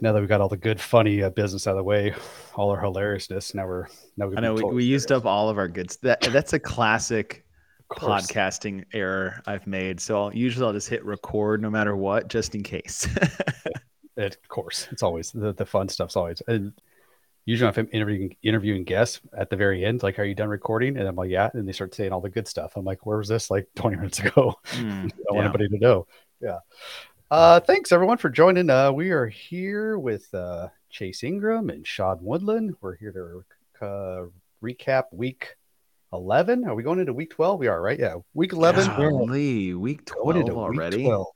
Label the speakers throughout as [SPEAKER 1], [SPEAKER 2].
[SPEAKER 1] now that we got all the good, funny uh, business out of the way, all our hilariousness. Now we're now we
[SPEAKER 2] I know we, we used up all of our goods. That that's a classic podcasting error I've made. So I'll, usually I'll just hit record no matter what, just in case.
[SPEAKER 1] It, of course, it's always the, the fun stuff's always. And usually, if I'm interviewing interviewing guests at the very end, like, "Are you done recording?" and I'm like, "Yeah," and they start saying all the good stuff. I'm like, "Where was this like 20 minutes ago?" I
[SPEAKER 2] Mm,
[SPEAKER 1] don't want
[SPEAKER 2] yeah.
[SPEAKER 1] anybody to know. Yeah. Uh, thanks everyone for joining. Uh, we are here with uh, Chase Ingram and Shad Woodland. We're here to uh, recap week 11. Are we going into week 12? We are, right? Yeah, week 11. We're
[SPEAKER 2] Golly, week
[SPEAKER 1] going
[SPEAKER 2] 12
[SPEAKER 1] into
[SPEAKER 2] already.
[SPEAKER 1] week 12.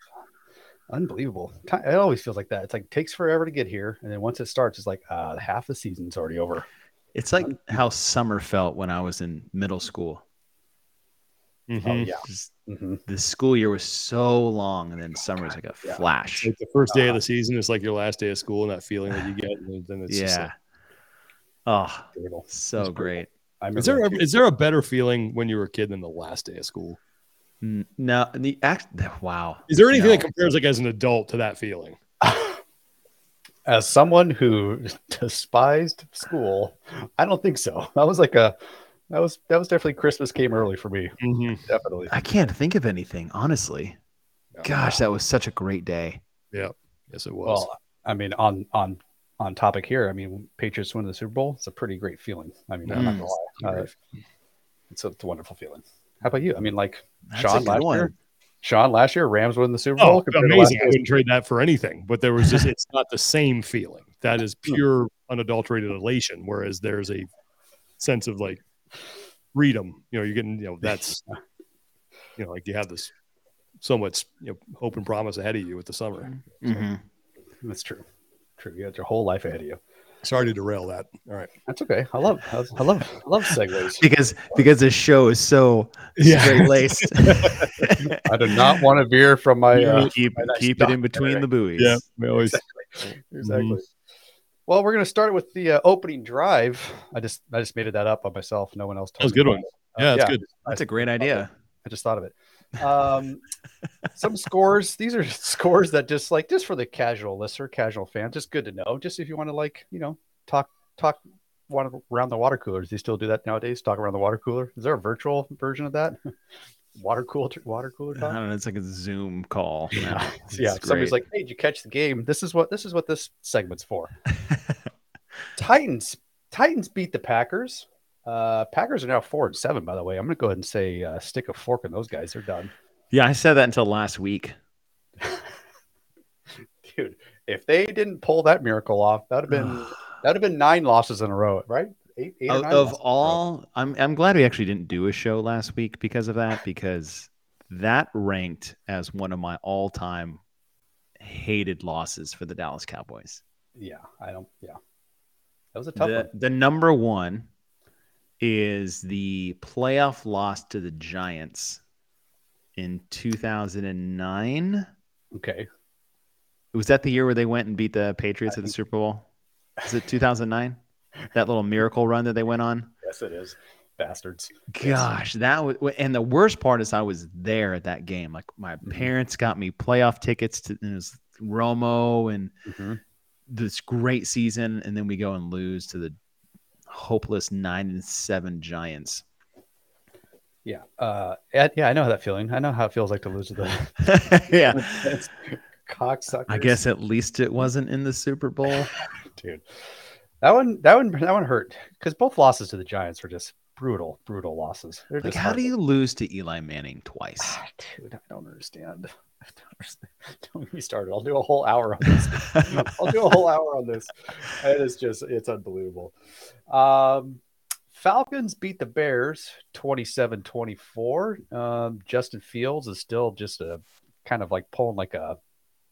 [SPEAKER 1] Unbelievable. Ti- It always feels like that. It's like takes forever to get here, and then once it starts, it's like uh, half the season's already over.
[SPEAKER 2] It's like how summer felt when I was in middle school. Mm-hmm.
[SPEAKER 1] Oh yeah.
[SPEAKER 2] Just-
[SPEAKER 1] Mhm.
[SPEAKER 2] the school year was so long, and then summer's like a
[SPEAKER 1] yeah.
[SPEAKER 2] flash.
[SPEAKER 3] Like the first day of the season is like your last day of school, and that feeling that you get, and then it's just
[SPEAKER 2] yeah.
[SPEAKER 3] like,
[SPEAKER 2] oh,
[SPEAKER 1] Brutal.
[SPEAKER 2] so
[SPEAKER 1] brutal.
[SPEAKER 2] great.
[SPEAKER 1] I remember
[SPEAKER 3] is there
[SPEAKER 1] that
[SPEAKER 3] a,
[SPEAKER 1] too.
[SPEAKER 3] is there a better feeling when you were a kid than the last day of school?
[SPEAKER 2] N- No, the act. Wow.
[SPEAKER 3] Is there anything
[SPEAKER 2] No.
[SPEAKER 3] that compares like as an adult to that feeling?
[SPEAKER 1] as someone who despised school, I don't think so. That was like a that was that was definitely Christmas came early for me.
[SPEAKER 3] Mm-hmm.
[SPEAKER 1] Definitely.
[SPEAKER 2] I can't think of anything, honestly.
[SPEAKER 3] No.
[SPEAKER 2] Oh, Gosh, that was such a great day.
[SPEAKER 3] Yes, it was.
[SPEAKER 1] Well, I mean, on on on topic here, I mean, Patriots win the Super Bowl. It's a pretty great feeling. I mean, I'm not gonna lie, uh, it's, a, it's a wonderful feeling. How about you? I mean, like
[SPEAKER 2] That's
[SPEAKER 1] Sean
[SPEAKER 2] a
[SPEAKER 1] last
[SPEAKER 2] good one.
[SPEAKER 1] year, Sean last year, Rams win the Super Bowl.
[SPEAKER 3] oh,
[SPEAKER 1] compared to last
[SPEAKER 3] amazing! I
[SPEAKER 1] year's-
[SPEAKER 3] wouldn't trade that for anything. But there was just it's not the same feeling. That is pure unadulterated elation. Whereas there's a sense of like freedom. You know, you're getting you know that's you know like you have this somewhat you know hope and promise ahead of you with the summer.
[SPEAKER 2] Mhm.
[SPEAKER 1] That's true. True. You got your whole life ahead of you.
[SPEAKER 3] Sorry to derail that. All right.
[SPEAKER 1] That's okay. I love I love I love segues.
[SPEAKER 2] Because because this show is so straight laced.
[SPEAKER 1] I do not want to veer from my uh,
[SPEAKER 2] keep
[SPEAKER 1] my nice
[SPEAKER 2] keep it
[SPEAKER 1] documentary.
[SPEAKER 2] in between the buoys.
[SPEAKER 3] Yeah, we always. Mm-hmm.
[SPEAKER 1] Exactly. Well, we're going to start with the uh, opening drive. I just I just made it that up by myself. No one else. told
[SPEAKER 3] was a
[SPEAKER 1] me
[SPEAKER 3] good
[SPEAKER 1] about
[SPEAKER 3] one.
[SPEAKER 1] it. Uh,
[SPEAKER 3] Yeah, that's good.
[SPEAKER 2] That's a great idea.
[SPEAKER 1] I just thought of it. Um, some scores. These are scores that just like just for the casual listener, casual fan, just good to know. Just if you want to like you know talk talk water, around the water coolers. Do you still do that nowadays? Talk around the water cooler. Is there a virtual version of that? water cooler water cooler
[SPEAKER 2] I
[SPEAKER 1] talk.
[SPEAKER 2] don't know. It's like a Zoom call. now. It's
[SPEAKER 1] yeah, if somebody's
[SPEAKER 2] great.
[SPEAKER 1] like, "Hey, did you catch the game?" This is what this is what this segment's for. Titans Titans beat the Packers. Uh, Packers are now four and seven. By the way, I'm going to go ahead and say uh, stick a fork in those guys. They're done,
[SPEAKER 2] yeah, I said that until last week.
[SPEAKER 1] dude. If they didn't pull that miracle off, that'd have been
[SPEAKER 2] of
[SPEAKER 1] that'd have been nine losses in a row, right? Eight, eight or nine
[SPEAKER 2] of
[SPEAKER 1] losses in a row.
[SPEAKER 2] all, I'm I'm glad we actually didn't do a show last week because of that because that ranked as one of my all time hated losses for the Dallas Cowboys.
[SPEAKER 1] yeah, I don't, yeah, that was a tough
[SPEAKER 2] the,
[SPEAKER 1] one.
[SPEAKER 2] the number one is the playoff loss to the Giants in 2009.
[SPEAKER 1] Okay,
[SPEAKER 2] Was that the year where they went and beat the Patriots at the Super Bowl? Is it 2009? that little miracle run that they went on?
[SPEAKER 1] yes, it is, bastards.
[SPEAKER 2] Gosh, that was, and the worst part is I was there at that game. Like my
[SPEAKER 1] Mm-hmm.
[SPEAKER 2] parents got me playoff tickets to and it was Romo and
[SPEAKER 1] Mhm.
[SPEAKER 2] this great season, and then we go and lose to the hopeless nine and seven Giants.
[SPEAKER 1] Yeah, uh, and- yeah, I know how that feeling. I know how it feels like to lose to the
[SPEAKER 2] yeah,
[SPEAKER 1] cocksuckers.
[SPEAKER 2] I guess at least it wasn't in the Super Bowl.
[SPEAKER 1] dude. That one, that one, that one hurt because both losses to the Giants were just brutal, brutal losses. They're
[SPEAKER 2] Like,
[SPEAKER 1] just
[SPEAKER 2] how do
[SPEAKER 1] hard-
[SPEAKER 2] you lose to Eli Manning twice?
[SPEAKER 1] Ah, dude? I don't understand. I don't understand. Don't get me started. I'll do a whole hour on this. I'll do a whole hour on this. It is just, it's unbelievable. Um, Falcons beat the Bears 27 24. Um, Justin Fields is still just a kind of like pulling like a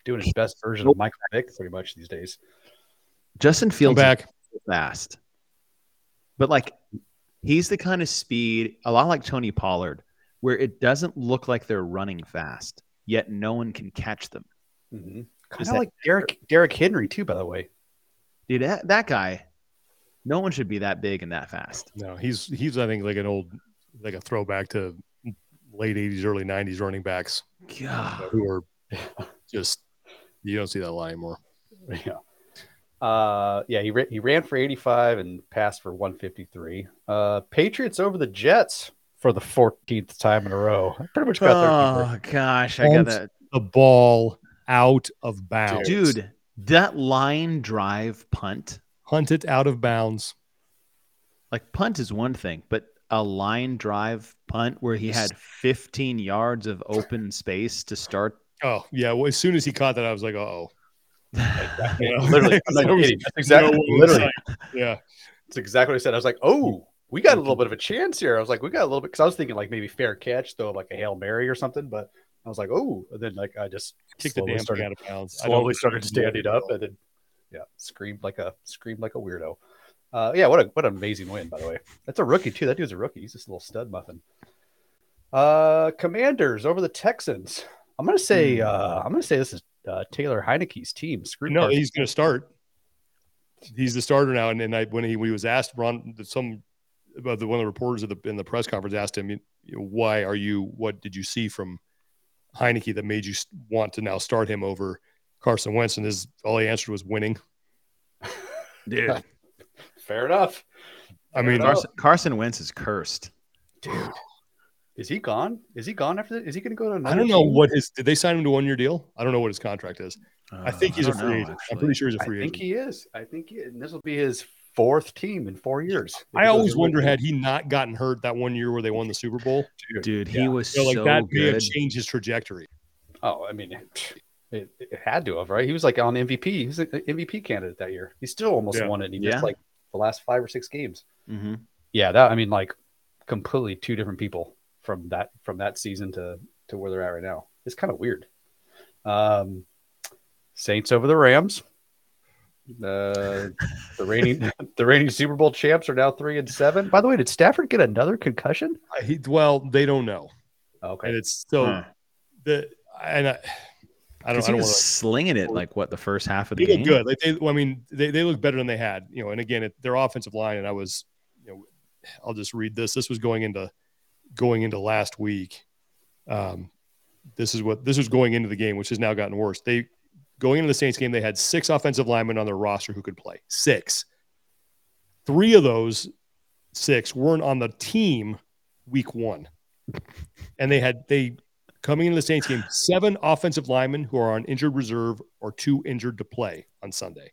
[SPEAKER 1] doing his best version of Mike Vick pretty much these days.
[SPEAKER 2] Justin
[SPEAKER 3] Come
[SPEAKER 2] Fields is
[SPEAKER 3] back.
[SPEAKER 2] fast. But like he's the kind of speed, a lot like Tony Pollard, where it doesn't look like they're running fast, yet no one can catch them.
[SPEAKER 1] Mm-hmm.
[SPEAKER 2] Is
[SPEAKER 1] Kind of
[SPEAKER 2] that-
[SPEAKER 1] like Derek Derek Henry too, by the way.
[SPEAKER 2] Dude, that, that guy, no one should be that big and that fast.
[SPEAKER 3] No, he's he's I think like an old like a throwback to late '80s, early '90s running backs
[SPEAKER 2] God.
[SPEAKER 3] who are just you don't see that line anymore.
[SPEAKER 1] Yeah. Uh, yeah, he, ra- he ran for 85 and passed for 153. Uh, Patriots over the Jets for the 14th time in a row. I Pretty much got there.
[SPEAKER 2] Oh gosh, I got
[SPEAKER 3] Holmes-
[SPEAKER 2] that,
[SPEAKER 3] The ball out of bounds.
[SPEAKER 2] dude. That line drive punt,
[SPEAKER 3] Hunt it out of bounds.
[SPEAKER 2] like punt is one thing, but a line drive punt where he had 15 yards of open space to start.
[SPEAKER 3] Oh, yeah. Well, as soon as he caught that, I was like, oh.
[SPEAKER 1] Yeah, literally, I'm not kidding. That's exactly, literally,
[SPEAKER 3] Yeah.
[SPEAKER 1] that's exactly what I said. I was like, oh, we got a little bit of a chance here. I was like, we got a little bit because I was thinking like maybe fair catch though, like a hail mary or something. But I was like, oh, and then like I just
[SPEAKER 3] Kick the
[SPEAKER 1] slowly
[SPEAKER 3] damn
[SPEAKER 1] started
[SPEAKER 3] thing out of bounds. I
[SPEAKER 1] slowly
[SPEAKER 3] don't-
[SPEAKER 1] started standing up and then yeah screamed like a screamed like a weirdo uh yeah what a what an amazing win by the way that's a rookie too that dude's a rookie he's just a little stud muffin uh commanders over the texans i'm gonna say uh i'm gonna say this is uh, taylor heineke's team screw
[SPEAKER 3] Hmm. No,
[SPEAKER 1] Parsons.
[SPEAKER 3] he's going to start. He's the starter now. And, and I, when he, when he was asked, Ron, some about the, one of the reporters of the, in the press conference asked him, you know, "Why are you? What did you see from Heineke that made you s- want to now start him over Carson Wentz?" And his all he answered was winning.
[SPEAKER 2] Dude,
[SPEAKER 1] fair enough
[SPEAKER 3] I mean,
[SPEAKER 1] enough.
[SPEAKER 2] Carson, Carson Wentz is cursed.
[SPEAKER 1] dude is he gone is he gone after that is he gonna go to another
[SPEAKER 3] I don't know
[SPEAKER 1] team?
[SPEAKER 3] what his. Did they sign him to one year deal? I don't know what his contract is. I
[SPEAKER 2] Uh,
[SPEAKER 3] think he's a
[SPEAKER 2] don't
[SPEAKER 3] free
[SPEAKER 2] know,
[SPEAKER 3] agent. I'm
[SPEAKER 2] actually.
[SPEAKER 3] pretty sure he's a
[SPEAKER 1] i
[SPEAKER 3] free
[SPEAKER 1] think
[SPEAKER 3] agent.
[SPEAKER 1] he is i think he, and this will be his fourth team in four years
[SPEAKER 3] I always wonder had he not gotten hurt that one year where they won the Super Bowl,
[SPEAKER 2] Dude, he
[SPEAKER 1] Yeah.
[SPEAKER 2] was
[SPEAKER 3] you know, like
[SPEAKER 2] so
[SPEAKER 3] that may have
[SPEAKER 2] good.
[SPEAKER 3] changed his trajectory.
[SPEAKER 1] Oh, I mean, it, it, it had to have, right? He was like on MVP. He was an MVP candidate that year. He still almost
[SPEAKER 3] Yeah.
[SPEAKER 1] won it. He
[SPEAKER 2] Yeah.
[SPEAKER 1] just like the last five or six games.
[SPEAKER 2] hmm
[SPEAKER 1] Yeah, that I mean, like completely two different people from that from that season to to where they're at right now. It's kind of weird. Um, Saints over the Rams. Uh, the reigning the reigning Super Bowl champs are now three and seven. By the way, did Stafford get another concussion?
[SPEAKER 3] I- he- well, they don't know, and
[SPEAKER 1] Okay,
[SPEAKER 3] it's still
[SPEAKER 2] Huh.
[SPEAKER 3] the and I, I don't.
[SPEAKER 2] Because
[SPEAKER 3] I
[SPEAKER 2] he
[SPEAKER 3] don't
[SPEAKER 2] was
[SPEAKER 3] want to.
[SPEAKER 2] slinging it like what the first half of the
[SPEAKER 3] They look
[SPEAKER 2] game.
[SPEAKER 3] good. Like they, well, I mean, they they look better than they had. You know, and again, it, their offensive line. And I was, you know, I'll just read this. This was going into going into last week. Um, this is what this was going into the game, which has now gotten worse. They going into the Saints game, they had six offensive linemen on their roster who could play. Six. Three of those six weren't on the team week one. And they had they coming into the Saints game, seven offensive linemen who are on injured reserve or two injured to play on Sunday.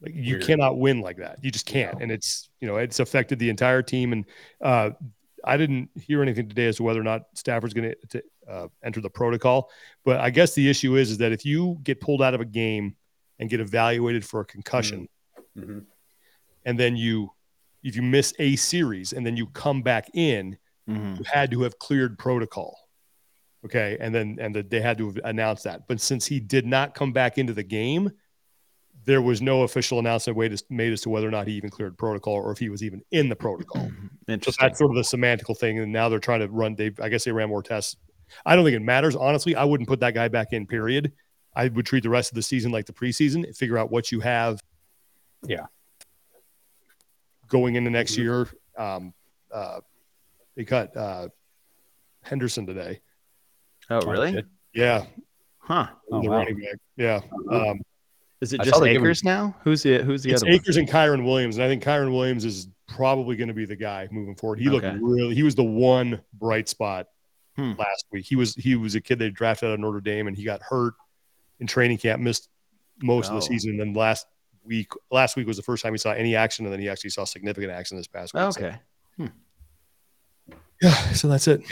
[SPEAKER 3] Like you
[SPEAKER 1] Weird.
[SPEAKER 3] cannot win like that. You just can't.
[SPEAKER 1] No.
[SPEAKER 3] And it's you know, it's affected the entire team. And uh I didn't hear anything today as to whether or not Stafford's going to uh, enter the protocol. But I guess the issue is, is that if you get pulled out of a game and get evaluated for a concussion,
[SPEAKER 1] Mhm.
[SPEAKER 3] and then you, if you miss a series and then you come back in,
[SPEAKER 2] Mhm.
[SPEAKER 3] you had to have cleared protocol. Okay. And then, and the, they had to have announced that. But since he did not come back into the game, there was no official announcement made as, made as to whether or not he even cleared protocol or if he was even in the protocol. Oh. So
[SPEAKER 2] Mm-hmm. Interesting.
[SPEAKER 3] that's sort of the semantical thing. And now they're trying to run. They, I guess they ran more tests. I don't think it matters. Honestly, I wouldn't put that guy back in. Period. I would treat the rest of the season like the preseason. Figure out what you have.
[SPEAKER 1] Yeah.
[SPEAKER 3] Going into next year, um, uh, they cut uh, Henderson today.
[SPEAKER 2] Oh, really?
[SPEAKER 3] Yeah,
[SPEAKER 2] Huh.
[SPEAKER 1] Oh,
[SPEAKER 3] the
[SPEAKER 1] wow.
[SPEAKER 3] running back. Yeah,
[SPEAKER 1] Uh-huh.
[SPEAKER 3] um,
[SPEAKER 2] Is it
[SPEAKER 1] I
[SPEAKER 2] just
[SPEAKER 1] saw they give him-
[SPEAKER 2] Akers now? Who's the Who's the
[SPEAKER 3] it's
[SPEAKER 2] other one?
[SPEAKER 3] Akers and Kyron Williams, and I think Kyron Williams is probably going to be the guy moving forward. He
[SPEAKER 2] Okay.
[SPEAKER 3] looked really. He was the one bright spot
[SPEAKER 2] Hmm.
[SPEAKER 3] last week. He was he was a kid they drafted out of Notre Dame, and he got hurt in training camp, missed most of
[SPEAKER 2] Oh.
[SPEAKER 3] the season. And then last week, last week was the first time he saw any action, and then he actually saw significant action this past week. So-
[SPEAKER 2] Oh, Okay.
[SPEAKER 3] yeah. So that's it.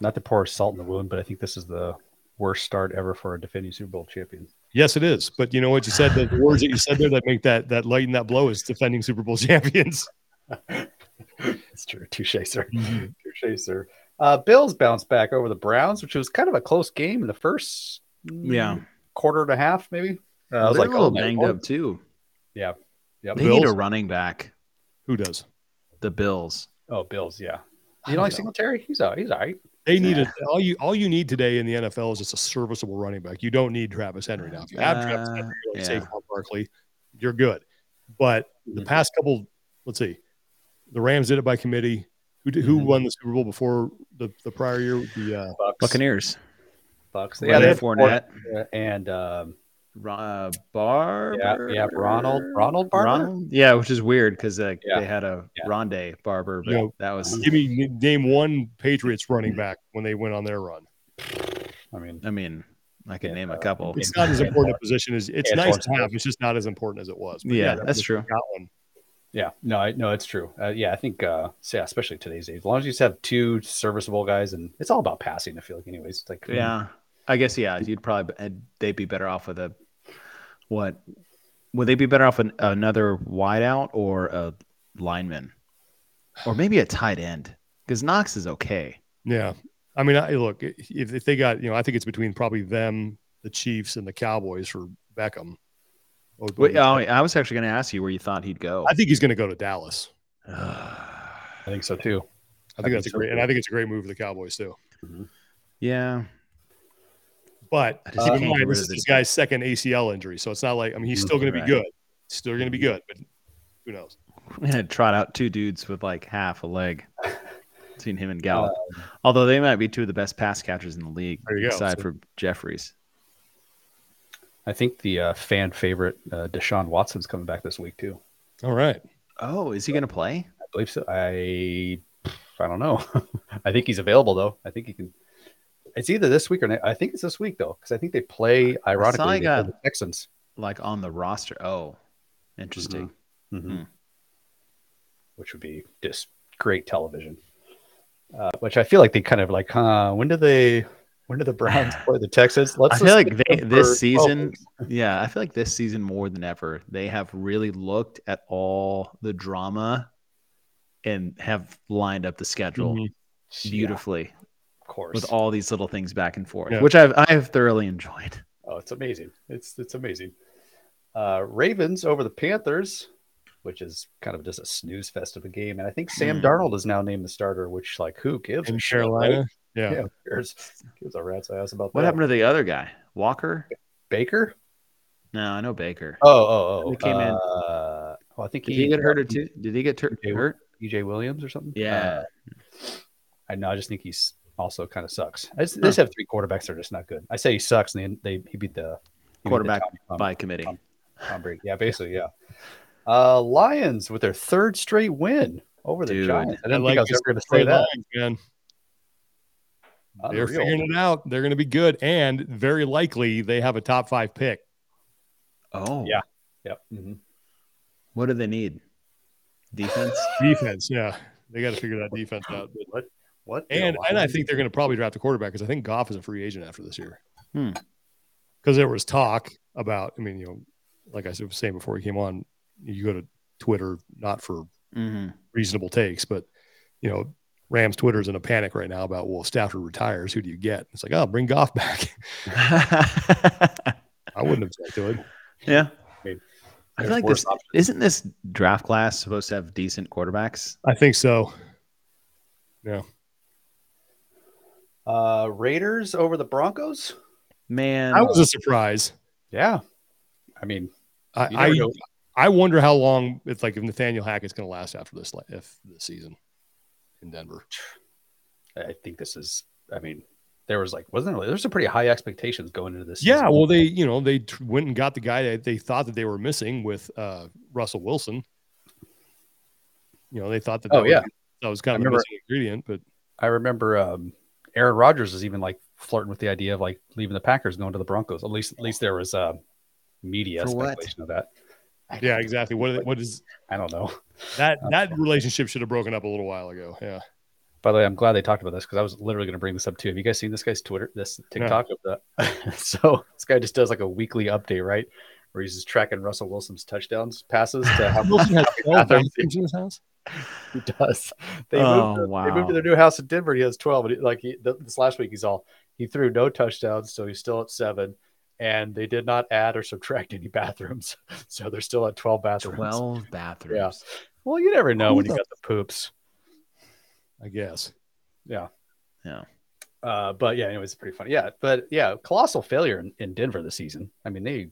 [SPEAKER 1] not to pour salt in the wound, but I think this is the worst start ever for a defending Super Bowl champion.
[SPEAKER 3] Yes, it is. But you know what you said. The words that you said there that make that that lighten that blow is defending Super Bowl champions.
[SPEAKER 1] It's true. Touche, sir.
[SPEAKER 3] Mm-hmm.
[SPEAKER 1] Touche, sir. Uh, Bills bounced back over the Browns, which was kind of a close game in the first mm,
[SPEAKER 2] Yeah.
[SPEAKER 1] quarter and a half, maybe. Uh,
[SPEAKER 2] They're a
[SPEAKER 1] oh,
[SPEAKER 2] little
[SPEAKER 1] my
[SPEAKER 2] banged
[SPEAKER 1] Lord.
[SPEAKER 2] up too.
[SPEAKER 1] Yeah,
[SPEAKER 2] They need a
[SPEAKER 1] Bills.
[SPEAKER 2] running back.
[SPEAKER 3] Who does?
[SPEAKER 2] The Bills.
[SPEAKER 1] Oh, Bills. Yeah.
[SPEAKER 3] I
[SPEAKER 1] You
[SPEAKER 3] don't
[SPEAKER 1] don't like
[SPEAKER 3] know.
[SPEAKER 1] Singletary? He's all, he's all right.
[SPEAKER 3] They need a, all you all you need today in the NFL is just a serviceable running back. You don't need Travis Henry now. If you have Travis
[SPEAKER 2] Uh,
[SPEAKER 3] Henry, you
[SPEAKER 2] yeah. Mm-hmm.
[SPEAKER 3] Saquon Barkley, you're good. But the
[SPEAKER 1] Mhm.
[SPEAKER 3] past couple, let's see, the Rams did it by committee. Who did, who
[SPEAKER 2] Mm-hmm.
[SPEAKER 1] Mhm.
[SPEAKER 3] won the Super Bowl before the, the prior year? The uh,
[SPEAKER 1] Bucks.
[SPEAKER 2] Buccaneers.
[SPEAKER 1] Bucks.
[SPEAKER 2] Yeah,
[SPEAKER 1] Yeah, they
[SPEAKER 2] they
[SPEAKER 1] had
[SPEAKER 2] Fournette.
[SPEAKER 1] Fournette And um,
[SPEAKER 2] Ro- uh, Barber.
[SPEAKER 1] yeah, Ronald Ronald Barber.
[SPEAKER 2] Ron- yeah, which is weird because uh,
[SPEAKER 1] Yeah.
[SPEAKER 2] they had a
[SPEAKER 1] Yeah.
[SPEAKER 2] Rondé Barber, but
[SPEAKER 3] Yeah.
[SPEAKER 2] that was.
[SPEAKER 3] Give me name one Patriots
[SPEAKER 2] Mm-hmm.
[SPEAKER 3] running back when they went on their run.
[SPEAKER 1] I mean,
[SPEAKER 2] I mean, I could
[SPEAKER 1] Yeah,
[SPEAKER 2] name
[SPEAKER 1] uh,
[SPEAKER 2] a couple.
[SPEAKER 3] It's not as important a position as it's
[SPEAKER 1] Yeah,
[SPEAKER 3] nice
[SPEAKER 1] it's
[SPEAKER 3] to have. It's just not as important as it was.
[SPEAKER 2] Yeah, that's true.
[SPEAKER 3] Got one.
[SPEAKER 1] yeah, no, I, no, it's true. Uh, yeah, I think, uh, so yeah, especially today's age, as long as you just have two serviceable guys, and it's all about passing. I feel like, anyways, it's like
[SPEAKER 2] Yeah, I guess yeah. You'd probably uh, they'd be better off with a what? Would they be better off an, another wideout or a lineman, or maybe a tight end? Because Knox is okay.
[SPEAKER 3] Yeah. I mean, I look if, if they got you know, I think it's between probably them, the Chiefs, and the Cowboys for Beckham. Oh,
[SPEAKER 2] Wait, oh, I was actually going to ask you where you thought he'd go.
[SPEAKER 3] I think he's going to go to Dallas.
[SPEAKER 1] I think so too. I
[SPEAKER 3] I think
[SPEAKER 1] think
[SPEAKER 3] that's a
[SPEAKER 1] so,
[SPEAKER 3] great,
[SPEAKER 1] too.
[SPEAKER 3] and I think it's a great move for the Cowboys too.
[SPEAKER 2] yeah,
[SPEAKER 3] But
[SPEAKER 2] I just
[SPEAKER 3] keep
[SPEAKER 2] can't
[SPEAKER 3] in
[SPEAKER 2] get
[SPEAKER 3] mind,
[SPEAKER 2] rid
[SPEAKER 3] this
[SPEAKER 2] of
[SPEAKER 3] is
[SPEAKER 2] this
[SPEAKER 3] this guy's second ACL injury, so it's not like I mean he's still going to be
[SPEAKER 2] Right.
[SPEAKER 3] good, still going to be good, but who knows?
[SPEAKER 2] I'm gonna trot out two dudes with like half a leg. Between him and Gallup, although they might be two of the best pass catchers in the league,
[SPEAKER 3] There you go.
[SPEAKER 2] aside
[SPEAKER 3] So-
[SPEAKER 2] from Jeffries.
[SPEAKER 1] I think the uh, fan favorite uh, Deshaun Watson's coming back this week too.
[SPEAKER 3] All right,
[SPEAKER 2] Oh, is he going to play?
[SPEAKER 1] I believe so. I I don't know. I think he's available though. I think he can. It's either this week or next. I think it's this week though, because I think they play ironically they
[SPEAKER 2] I
[SPEAKER 1] play
[SPEAKER 2] got-
[SPEAKER 1] the Texans.
[SPEAKER 2] Like on the roster? Oh, interesting.
[SPEAKER 3] Mm-hmm.
[SPEAKER 2] Hmm.
[SPEAKER 1] Mhm. Which would be just great television. Uh, which I feel like they kind of like, huh? When do they? When do the Browns play the Texans? Let's
[SPEAKER 2] I feel
[SPEAKER 1] just
[SPEAKER 2] like
[SPEAKER 1] get
[SPEAKER 2] they,
[SPEAKER 1] them
[SPEAKER 2] this
[SPEAKER 1] for-
[SPEAKER 2] season, yeah, I feel like this season more than ever, they have really looked at all the drama and have lined up the schedule
[SPEAKER 3] Mhm.
[SPEAKER 1] Yeah,
[SPEAKER 2] beautifully
[SPEAKER 1] of course.
[SPEAKER 2] with all these little things back and forth,
[SPEAKER 3] Yeah.
[SPEAKER 2] which I've I have thoroughly enjoyed.
[SPEAKER 1] Oh, it's amazing. It's it's amazing. Uh, Ravens over the Panthers, which is kind of just a snooze fest of a game. And I think Sam
[SPEAKER 2] Hmm.
[SPEAKER 1] Darnold is now named the starter, which like who gives
[SPEAKER 3] in
[SPEAKER 1] a shit, right?
[SPEAKER 3] Carolina, yeah.
[SPEAKER 1] Yeah, who cares? gives a rat's ass about
[SPEAKER 2] What
[SPEAKER 1] that.
[SPEAKER 2] happened to the other guy, Walker?
[SPEAKER 1] Baker?
[SPEAKER 2] No, I know Baker.
[SPEAKER 1] Oh, oh, oh.
[SPEAKER 2] Who came in?
[SPEAKER 1] uh, Well, I think
[SPEAKER 2] Did he get hurt or two? Did he get tur-
[SPEAKER 1] Yeah.
[SPEAKER 2] hurt?
[SPEAKER 1] EJ Williams or something.
[SPEAKER 2] Yeah.
[SPEAKER 1] Uh, I know. I just think he's also kind of sucks. I just, they just have three quarterbacks that are just not good. I say he sucks, and they, they he beat the he beat the
[SPEAKER 2] Quarterback
[SPEAKER 1] Tom- Tom-
[SPEAKER 2] by committee.
[SPEAKER 1] um, Tom Brady. Yeah, basically, yeah. Uh, Lions with their third straight win over the
[SPEAKER 2] Dude.
[SPEAKER 1] Giants. I
[SPEAKER 3] I
[SPEAKER 1] didn't
[SPEAKER 3] like
[SPEAKER 1] think I was
[SPEAKER 3] this
[SPEAKER 1] ever going to say
[SPEAKER 3] Trey
[SPEAKER 1] that.
[SPEAKER 3] Lyons, man. They're
[SPEAKER 1] Unreal.
[SPEAKER 3] figuring it out. They're going to be good, and very likely they have a top five pick.
[SPEAKER 2] Oh,
[SPEAKER 1] Yeah. Yep. mhm.
[SPEAKER 2] What do they need? Defense.
[SPEAKER 3] Defense, yeah, they got to figure that defense out.
[SPEAKER 1] Uh, What? What? the
[SPEAKER 3] And and I
[SPEAKER 1] Lions?
[SPEAKER 3] think they're going to probably draft a quarterback because I think Goff is a free agent after this year.
[SPEAKER 2] Hmm.
[SPEAKER 3] Because there was talk about, I mean, you know, like I was saying before he came on, you go to Twitter not for
[SPEAKER 2] hmm
[SPEAKER 3] reasonable takes, but you know, Rams Twitter's in a panic right now about well, Stafford retires, who do you get? It's like, oh, bring Goff back. I wouldn't object to it.
[SPEAKER 2] yeah.
[SPEAKER 1] Maybe
[SPEAKER 2] I
[SPEAKER 1] There's
[SPEAKER 2] feel like
[SPEAKER 1] worse
[SPEAKER 2] this
[SPEAKER 1] options.
[SPEAKER 2] isn't this draft class supposed to have decent quarterbacks?
[SPEAKER 3] I think so.
[SPEAKER 1] Uh, Raiders over the Broncos.
[SPEAKER 2] Man,
[SPEAKER 3] That was a surprise.
[SPEAKER 1] Yeah. I mean, you
[SPEAKER 3] I
[SPEAKER 1] never
[SPEAKER 3] I,
[SPEAKER 1] know.
[SPEAKER 3] I wonder how long it's like if Nathaniel Hackett's going to last after this li- if this season in Denver.
[SPEAKER 1] I think this is. I mean, there was like, wasn't there? There's some pretty high expectations going into this.
[SPEAKER 3] Yeah,
[SPEAKER 1] season.
[SPEAKER 3] well, they you know they tr- went and got the guy that they thought that they were missing with uh, Russell Wilson. You know, they thought that. that
[SPEAKER 1] Oh,
[SPEAKER 3] would-
[SPEAKER 1] yeah.
[SPEAKER 3] that was kind
[SPEAKER 1] I
[SPEAKER 3] of a
[SPEAKER 1] remember-
[SPEAKER 3] missing ingredient, but
[SPEAKER 1] I remember um, Aaron Rodgers is even like flirting with the idea of like leaving the Packers, going to the Broncos. At least, at least there was uh, media
[SPEAKER 2] For what?
[SPEAKER 1] speculation of that. I
[SPEAKER 3] yeah,
[SPEAKER 1] don't-
[SPEAKER 3] exactly. What is- what is
[SPEAKER 1] I don't know.
[SPEAKER 3] that? That relationship should have broken up a little while ago. Yeah,
[SPEAKER 1] By the way, I'm glad they talked about this because I was literally going to bring this up too. Have you guys seen this guy's Twitter, this TikTok of the? so this guy just does like a weekly update, right? Where he's just tracking Russell Wilson's touchdowns, passes to how
[SPEAKER 3] Wilson has
[SPEAKER 1] twelve
[SPEAKER 3] in his house.
[SPEAKER 1] he does. They,
[SPEAKER 2] Oh,
[SPEAKER 1] moved to, they
[SPEAKER 2] wow.
[SPEAKER 1] moved to their new house in Denver. He has 12. And he, like he, th- this last week, he's all, he threw no touchdowns. So he's still at seven. And they did not add or subtract any bathrooms. So they're still at 12 bathrooms.
[SPEAKER 2] twelve bathrooms.
[SPEAKER 1] Well, you never know
[SPEAKER 3] Who
[SPEAKER 1] when you
[SPEAKER 3] the-
[SPEAKER 1] got the poops.
[SPEAKER 3] I guess.
[SPEAKER 1] Uh, but yeah, anyway, it's pretty funny. Yeah. But yeah, colossal failure in, in Denver this season. I mean, they,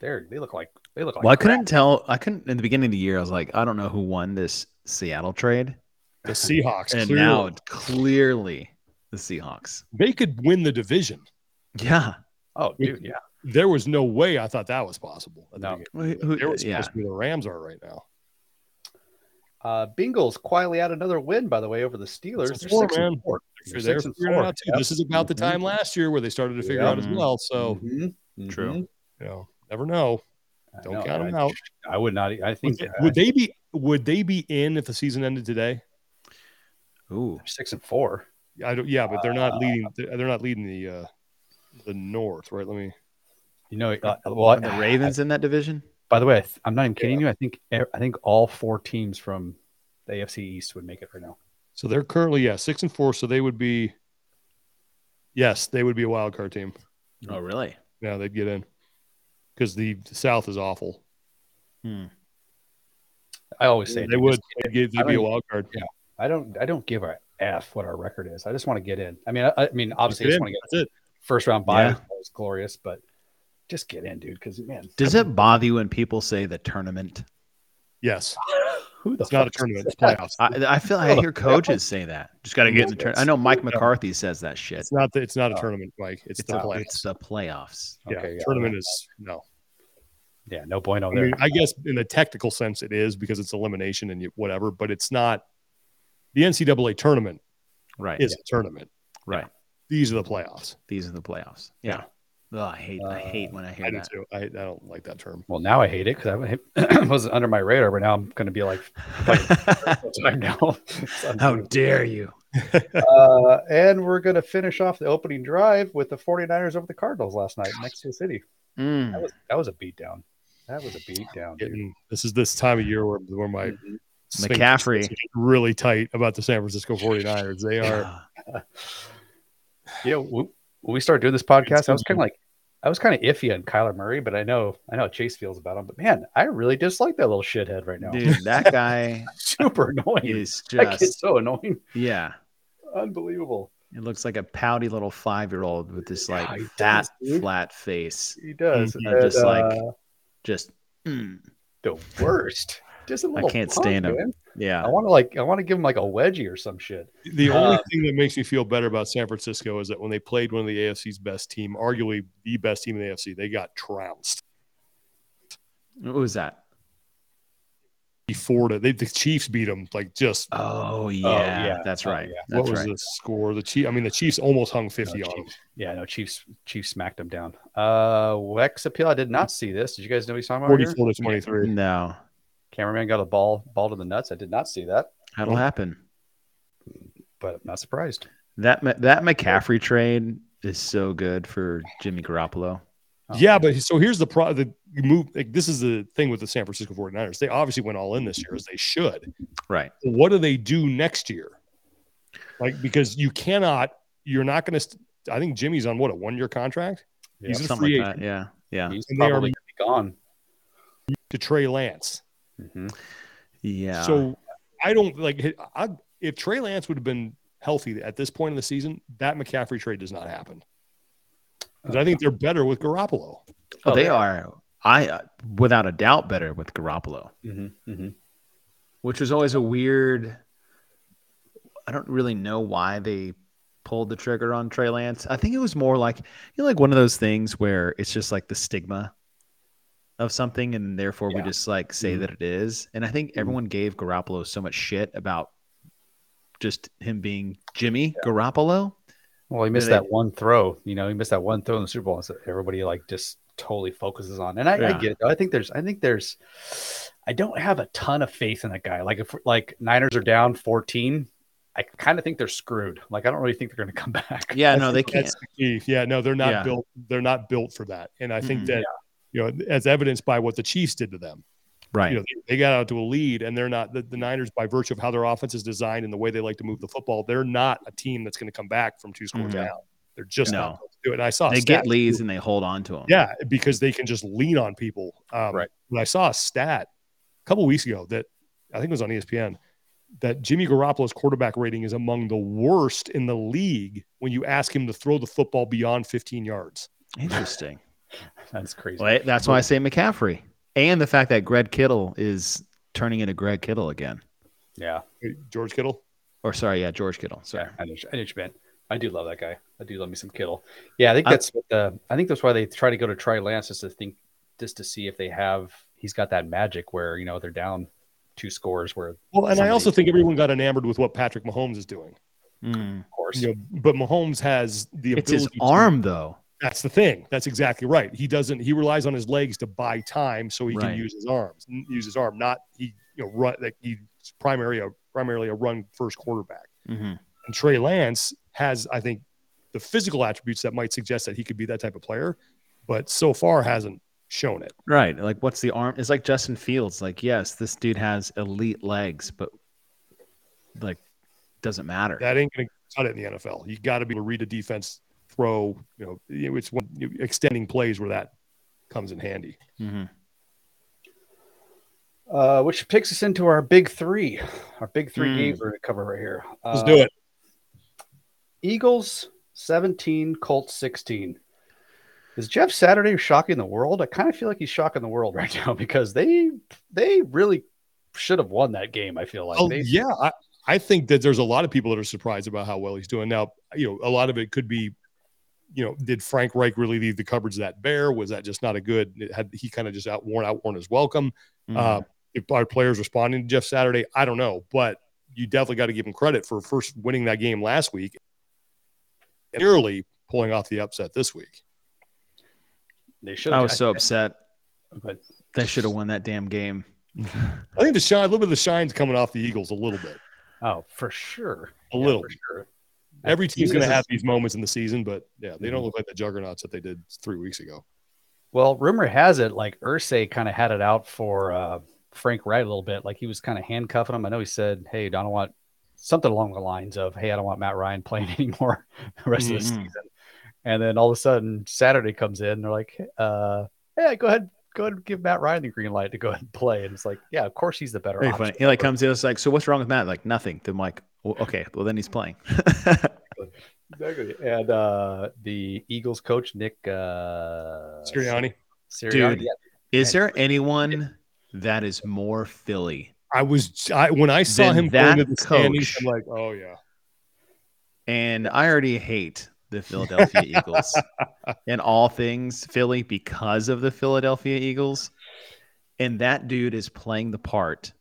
[SPEAKER 1] they're, they look like, they look like,
[SPEAKER 2] Well, I
[SPEAKER 1] crap.
[SPEAKER 2] couldn't tell. I couldn't in the beginning of the year. I was like, I don't know who won this Seattle trade,
[SPEAKER 3] The Seahawks
[SPEAKER 2] and
[SPEAKER 3] clearly,
[SPEAKER 2] now it's clearly the Seahawks.
[SPEAKER 3] they could win the division.
[SPEAKER 2] Yeah,
[SPEAKER 1] Oh, dude. Yeah.
[SPEAKER 3] there was no way I thought that was possible. at the
[SPEAKER 1] No.
[SPEAKER 3] beginning.
[SPEAKER 2] Who- who-
[SPEAKER 3] They were supposed
[SPEAKER 2] yeah.
[SPEAKER 3] to be the Rams are right now.
[SPEAKER 1] Uh, Bengals quietly out another win, by the way, over the Steelers.
[SPEAKER 3] That's
[SPEAKER 1] They're
[SPEAKER 3] four,
[SPEAKER 1] six and
[SPEAKER 3] man.
[SPEAKER 1] four.
[SPEAKER 3] They're
[SPEAKER 1] They're
[SPEAKER 3] there
[SPEAKER 1] six and
[SPEAKER 3] figuring it
[SPEAKER 1] four.
[SPEAKER 3] out, too.
[SPEAKER 1] Yep.
[SPEAKER 3] This is about the
[SPEAKER 1] Mhm.
[SPEAKER 3] time last year where they started to figure
[SPEAKER 1] Yeah. Mm-hmm.
[SPEAKER 3] out as well. So
[SPEAKER 1] Mhm.
[SPEAKER 2] True.
[SPEAKER 3] you know, never know.
[SPEAKER 1] I
[SPEAKER 3] Don't
[SPEAKER 1] know,
[SPEAKER 3] count them
[SPEAKER 1] I-
[SPEAKER 3] out.
[SPEAKER 1] I would not. I
[SPEAKER 3] Would
[SPEAKER 1] think
[SPEAKER 3] they,
[SPEAKER 1] uh,
[SPEAKER 3] would they be would they be in if the season ended today?
[SPEAKER 2] Ooh,
[SPEAKER 1] they're six and four.
[SPEAKER 3] I don't. Yeah, but they're
[SPEAKER 1] Uh,
[SPEAKER 3] not leading. They're they're not leading the uh the North, right? Let me.
[SPEAKER 1] You know, uh, well,
[SPEAKER 2] the Ravens in that division.
[SPEAKER 1] By the way, I th- I'm not even kidding you. I think e, I think all four teams from the AFC East would make it right now.
[SPEAKER 3] So they're currently yeah six and four. So they would be. Yes, they would be a wild card team.
[SPEAKER 2] Oh, really?
[SPEAKER 3] Yeah, they'd get in because the South is awful.
[SPEAKER 2] Hmm.
[SPEAKER 1] I always say
[SPEAKER 3] They
[SPEAKER 1] it.
[SPEAKER 3] would. They'd,
[SPEAKER 1] I
[SPEAKER 3] get, they'd be a
[SPEAKER 1] don't-
[SPEAKER 3] wild card.
[SPEAKER 1] I don't. I don't give a f what our record is. I just want to get in. I mean, I, I mean, obviously, I
[SPEAKER 3] Get
[SPEAKER 1] just
[SPEAKER 3] in.
[SPEAKER 1] want to get
[SPEAKER 3] That's it.
[SPEAKER 1] first round bye.
[SPEAKER 2] Yeah.
[SPEAKER 1] That was glorious, but just get in, dude. Because man,
[SPEAKER 2] Does it bother you when people say the tournament?
[SPEAKER 3] Yes,
[SPEAKER 1] who the
[SPEAKER 3] it's not a
[SPEAKER 1] fuck
[SPEAKER 3] tournament.
[SPEAKER 1] says
[SPEAKER 3] It's
[SPEAKER 1] that?
[SPEAKER 3] playoffs.
[SPEAKER 2] I, I feel like I hear coaches say that. Just got to get in the tournament. I know Mike McCarthy says that shit.
[SPEAKER 3] It's not. The, it's not a
[SPEAKER 1] No.
[SPEAKER 3] tournament, Mike. It's,
[SPEAKER 2] Oh. It's
[SPEAKER 3] the
[SPEAKER 2] the,
[SPEAKER 3] playoffs.
[SPEAKER 2] it's the playoffs.
[SPEAKER 3] yeah,
[SPEAKER 1] Okay, yeah,
[SPEAKER 3] tournament
[SPEAKER 1] yeah.
[SPEAKER 3] is no.
[SPEAKER 1] Yeah, no point
[SPEAKER 3] I
[SPEAKER 1] on there.
[SPEAKER 3] mean, I guess in the technical sense it is because it's elimination and you, whatever, but it's not. The NCAA tournament
[SPEAKER 2] Right.
[SPEAKER 3] is a tournament.
[SPEAKER 2] Right.
[SPEAKER 3] These are the playoffs.
[SPEAKER 2] These are the playoffs. Yeah. Oh, I hate. I hate when I hear
[SPEAKER 3] I do
[SPEAKER 2] that.
[SPEAKER 3] too. I, I don't like that term.
[SPEAKER 1] well, now I hate it because I wasn't under my radar, but now I'm going to be like, full time now. So I'm
[SPEAKER 2] How
[SPEAKER 1] doing-
[SPEAKER 2] dare you?
[SPEAKER 1] uh, and we're going to finish off the opening drive with the 49ers over the Cardinals last night in Mexico City.
[SPEAKER 2] Mm.
[SPEAKER 1] That was that was a beatdown. That was a beatdown. dude.
[SPEAKER 3] Getting, this is this time of year where, where my
[SPEAKER 2] Mm-hmm.
[SPEAKER 3] sphincter's
[SPEAKER 2] Mm, McCaffrey.
[SPEAKER 3] getting really tight about the San Francisco 49ers. They are
[SPEAKER 2] Yeah.
[SPEAKER 1] Yeah, when when we started doing this podcast, I was kind of like, I was kind of iffy on Kyler Murray, but I know I know how Chase feels about him. But man, I really dislike that little shithead right now.
[SPEAKER 2] Dude, that guy
[SPEAKER 1] Super annoying.
[SPEAKER 2] is
[SPEAKER 1] That kid's
[SPEAKER 2] just
[SPEAKER 1] so annoying.
[SPEAKER 2] yeah.
[SPEAKER 1] Unbelievable.
[SPEAKER 2] It looks like a pouty little five year old with this like
[SPEAKER 1] Yeah, he
[SPEAKER 2] fat,
[SPEAKER 1] does, dude.
[SPEAKER 2] flat face.
[SPEAKER 1] He does.
[SPEAKER 3] Mhm.
[SPEAKER 1] And,
[SPEAKER 2] Just like-
[SPEAKER 1] uh,
[SPEAKER 2] Just mm.
[SPEAKER 1] the worst. Just a little
[SPEAKER 2] can't
[SPEAKER 1] punk,
[SPEAKER 2] stand him.
[SPEAKER 1] man. I
[SPEAKER 2] yeah.
[SPEAKER 1] want to like I want to give him like a wedgie or some shit.
[SPEAKER 3] the only
[SPEAKER 1] Uh,
[SPEAKER 3] thing that makes me feel better about San Francisco is that when they played one of the AFC's best team, arguably the best team in the AFC, they got trounced.
[SPEAKER 2] What was that?
[SPEAKER 3] Before the, they, the Chiefs beat them, like just
[SPEAKER 2] Oh yeah,
[SPEAKER 1] yeah.
[SPEAKER 2] that's
[SPEAKER 1] Oh,
[SPEAKER 2] right.
[SPEAKER 1] yeah.
[SPEAKER 2] That's
[SPEAKER 3] what was
[SPEAKER 2] right.
[SPEAKER 3] the score? The Chief, I mean, the Chiefs almost hung fifty
[SPEAKER 1] No,
[SPEAKER 3] on them.
[SPEAKER 1] Oh, Chiefs. Yeah, no, Chiefs. Chiefs smacked him down. Uh, Wex appeal. I did not see this. Did you guys know he's talking about? here?
[SPEAKER 3] Forty-four to twenty-three.
[SPEAKER 2] No,
[SPEAKER 1] Cameraman got a ball ball to the nuts. I did not see that,
[SPEAKER 2] that'll
[SPEAKER 3] Hmm?
[SPEAKER 2] happen.
[SPEAKER 1] but I'm not surprised.
[SPEAKER 2] That Ma- that McCaffrey trade is so good for Jimmy Garoppolo.
[SPEAKER 1] Oh.
[SPEAKER 3] Yeah, but so here's the pro. The move. Like, this is the thing with the San Francisco 49ers. They obviously went all in this year, as they should.
[SPEAKER 2] Right.
[SPEAKER 3] What do they do next year? Like, because you cannot. You're not going to. I think Jimmy's on what a one-year contract He's
[SPEAKER 1] Yeah.
[SPEAKER 3] a
[SPEAKER 2] Something
[SPEAKER 3] free
[SPEAKER 2] like that. Yeah. Yeah.
[SPEAKER 1] He's
[SPEAKER 3] And they are-
[SPEAKER 1] probably gonna
[SPEAKER 3] to Trey Lance.
[SPEAKER 1] be gone. Mhm.
[SPEAKER 2] Yeah.
[SPEAKER 3] So I don't like. I, if Trey Lance would have been healthy at this point in the season, that McCaffrey trade does not happen. 'Cause I think they're better with Garoppolo.
[SPEAKER 2] oh,
[SPEAKER 1] Oh,
[SPEAKER 2] they
[SPEAKER 1] yeah.
[SPEAKER 2] are. I uh, without a doubt better with Garoppolo.
[SPEAKER 1] Mhm. Mhm.
[SPEAKER 2] which was always a weird. I don't really know why they pulled the trigger on Trey Lance. I think it was more like you know, like one of those things where it's just like the stigma of something, and therefore we
[SPEAKER 1] Yeah.
[SPEAKER 2] just like say
[SPEAKER 1] Mhm.
[SPEAKER 2] that it is. And I think everyone gave Garoppolo so much shit about just him being Jimmy Garoppolo.
[SPEAKER 1] Well, he missed
[SPEAKER 2] They-
[SPEAKER 1] that one throw. You know, he missed that one throw in the Super Bowl. So everybody like just totally focuses on. And I, I
[SPEAKER 2] Yeah.
[SPEAKER 1] get it. though. I think there's. I think there's. I don't have a ton of faith in that guy. Like if like Niners are down 14, I kind of think they're screwed. Like I don't really think they're going to come back.
[SPEAKER 2] Yeah,
[SPEAKER 3] I
[SPEAKER 2] no, they
[SPEAKER 3] think
[SPEAKER 2] can't.
[SPEAKER 3] that's the key. Yeah, no, they're not
[SPEAKER 2] Yeah. Mm-hmm.
[SPEAKER 3] built. They're not built for that. And I think
[SPEAKER 2] Mm-mm.
[SPEAKER 3] that you know, as evidenced by what the Chiefs did to them,
[SPEAKER 2] Right.
[SPEAKER 3] you know, they, they got out to a lead, and they're not the, the Niners by virtue of how their offense is designed and the way they like to move the football. They're not a team that's going to come back from two scores
[SPEAKER 2] Mhm.
[SPEAKER 3] down. They're just
[SPEAKER 2] No.
[SPEAKER 3] not built to do it. And I saw a
[SPEAKER 2] they
[SPEAKER 3] stat-
[SPEAKER 2] get leads and they hold on to them.
[SPEAKER 3] yeah, because they can just lean on people. Um,
[SPEAKER 1] Right.
[SPEAKER 3] And I saw a stat a couple weeks ago that I think it was on E ESPN that Jimmy Garoppolo's quarterback rating is among the worst in the league when you ask him to throw the football beyond 15 yards.
[SPEAKER 2] Interesting.
[SPEAKER 1] That's crazy.
[SPEAKER 2] Well, eh, that's why I say McCaffrey. And the fact that Greg Kittle is turning into Greg Kittle again.
[SPEAKER 1] Yeah.
[SPEAKER 3] George Kittle.
[SPEAKER 2] Or sorry, yeah, George Kittle. Sorry.
[SPEAKER 1] Yeah, I know, I know what you meant. I do love that guy. I do love me some Kittle. Yeah, I think that's what the. I think that's why they try to go to Trey Lance is to think just to see if they have he's got that magic where you know they're down two scores where of
[SPEAKER 3] Well, and I
[SPEAKER 1] Somebody-
[SPEAKER 3] also think everyone got enamored with what Patrick Mahomes is doing.
[SPEAKER 2] Mm.
[SPEAKER 1] course
[SPEAKER 3] You know, but Mahomes has the
[SPEAKER 2] It's
[SPEAKER 3] ability.
[SPEAKER 2] his
[SPEAKER 3] to-
[SPEAKER 2] arm, though.
[SPEAKER 3] that's the thing. That's exactly right. He doesn't. He relies on his legs to buy time so he
[SPEAKER 2] Right.
[SPEAKER 3] can use his arms. n- Use his arm. Not he. You know, run. Like he's primarily a primarily a run first quarterback.
[SPEAKER 2] Mm-hmm.
[SPEAKER 3] And Trey Lance has, I think, the physical attributes that might suggest that he could be that type of player, but so far hasn't shown it.
[SPEAKER 2] Right. Like, what's the arm? It's like Justin Fields. Like, yes, this dude has elite legs, but like, doesn't matter.
[SPEAKER 3] That ain't going to cut it in the NFL. You got to be able to read a defense, throw. You know, you- it's when you- extending plays where that comes in handy.
[SPEAKER 2] Mhm.
[SPEAKER 1] Uh, which picks us into our big three, our big three
[SPEAKER 2] Hmm.
[SPEAKER 1] games we're going to cover right here. Uh,
[SPEAKER 3] Let's do it.
[SPEAKER 1] Eagles 17, Colts 16. Is Jeff Saturday shocking the world? I kind of feel like he's shocking the world right now because they they really should have won that game. I feel like
[SPEAKER 3] Oh,
[SPEAKER 1] they,
[SPEAKER 3] yeah. I, I think that there's a lot of people that are surprised about how well he's doing. Now, you know, a lot of it could be, you know, did Frank Reich really leave the coverage that bare? Was that just not a good? Had he kind of just outworn outworn his welcome?
[SPEAKER 2] Mhm.
[SPEAKER 3] Uh, if our players responding to Jeff Saturday, I don't know, but you definitely got to give him credit for first winning that game last week, and nearly pulling off the upset this week.
[SPEAKER 1] they should.
[SPEAKER 2] I
[SPEAKER 1] have-
[SPEAKER 2] was so upset.
[SPEAKER 1] but
[SPEAKER 2] They should have won that damn game.
[SPEAKER 3] I think the shine, a little bit of the shine's coming off the Eagles a little bit,
[SPEAKER 1] oh, for sure,
[SPEAKER 3] a little.
[SPEAKER 1] for sure.
[SPEAKER 3] Every team's
[SPEAKER 1] Eagles
[SPEAKER 3] going to
[SPEAKER 1] is- Mm-hmm.
[SPEAKER 3] have these moments in the season, but yeah, they don't look like the juggernauts that they did three weeks ago.
[SPEAKER 1] Well, rumor has it like Ursay kind of had it out for uh, Frank Wright a little bit. Like he was kind of handcuffing him. I know he said, "Hey, I don't want something along the lines of, hey, I don't want Matt Ryan playing anymore the rest of the
[SPEAKER 2] Mhm.
[SPEAKER 1] season." And then all of a sudden, Saturday comes in. And they're like, uh, "Hey, go ahead, go ahead, and give Matt Ryan the green light to go ahead and play." And it's like, yeah, of course he's the better
[SPEAKER 2] Very
[SPEAKER 1] option.
[SPEAKER 2] funny. He like comes in. It's like, so what's wrong with Matt? Like nothing. Then like, well, okay, well then he's playing.
[SPEAKER 1] Exactly. And uh, the Eagles coach Nick uh,
[SPEAKER 3] Sirianni.
[SPEAKER 1] Sirianni,
[SPEAKER 2] Dude.
[SPEAKER 1] yeah.
[SPEAKER 2] Is there anyone that is more Philly?
[SPEAKER 3] I was I, when I saw
[SPEAKER 2] Then
[SPEAKER 3] him go into
[SPEAKER 2] that
[SPEAKER 3] the standings,
[SPEAKER 2] coach-
[SPEAKER 3] I'm like, oh yeah,
[SPEAKER 2] And I already hate the Philadelphia Eagles and all things Philly because of the Philadelphia Eagles. And that dude is playing the part.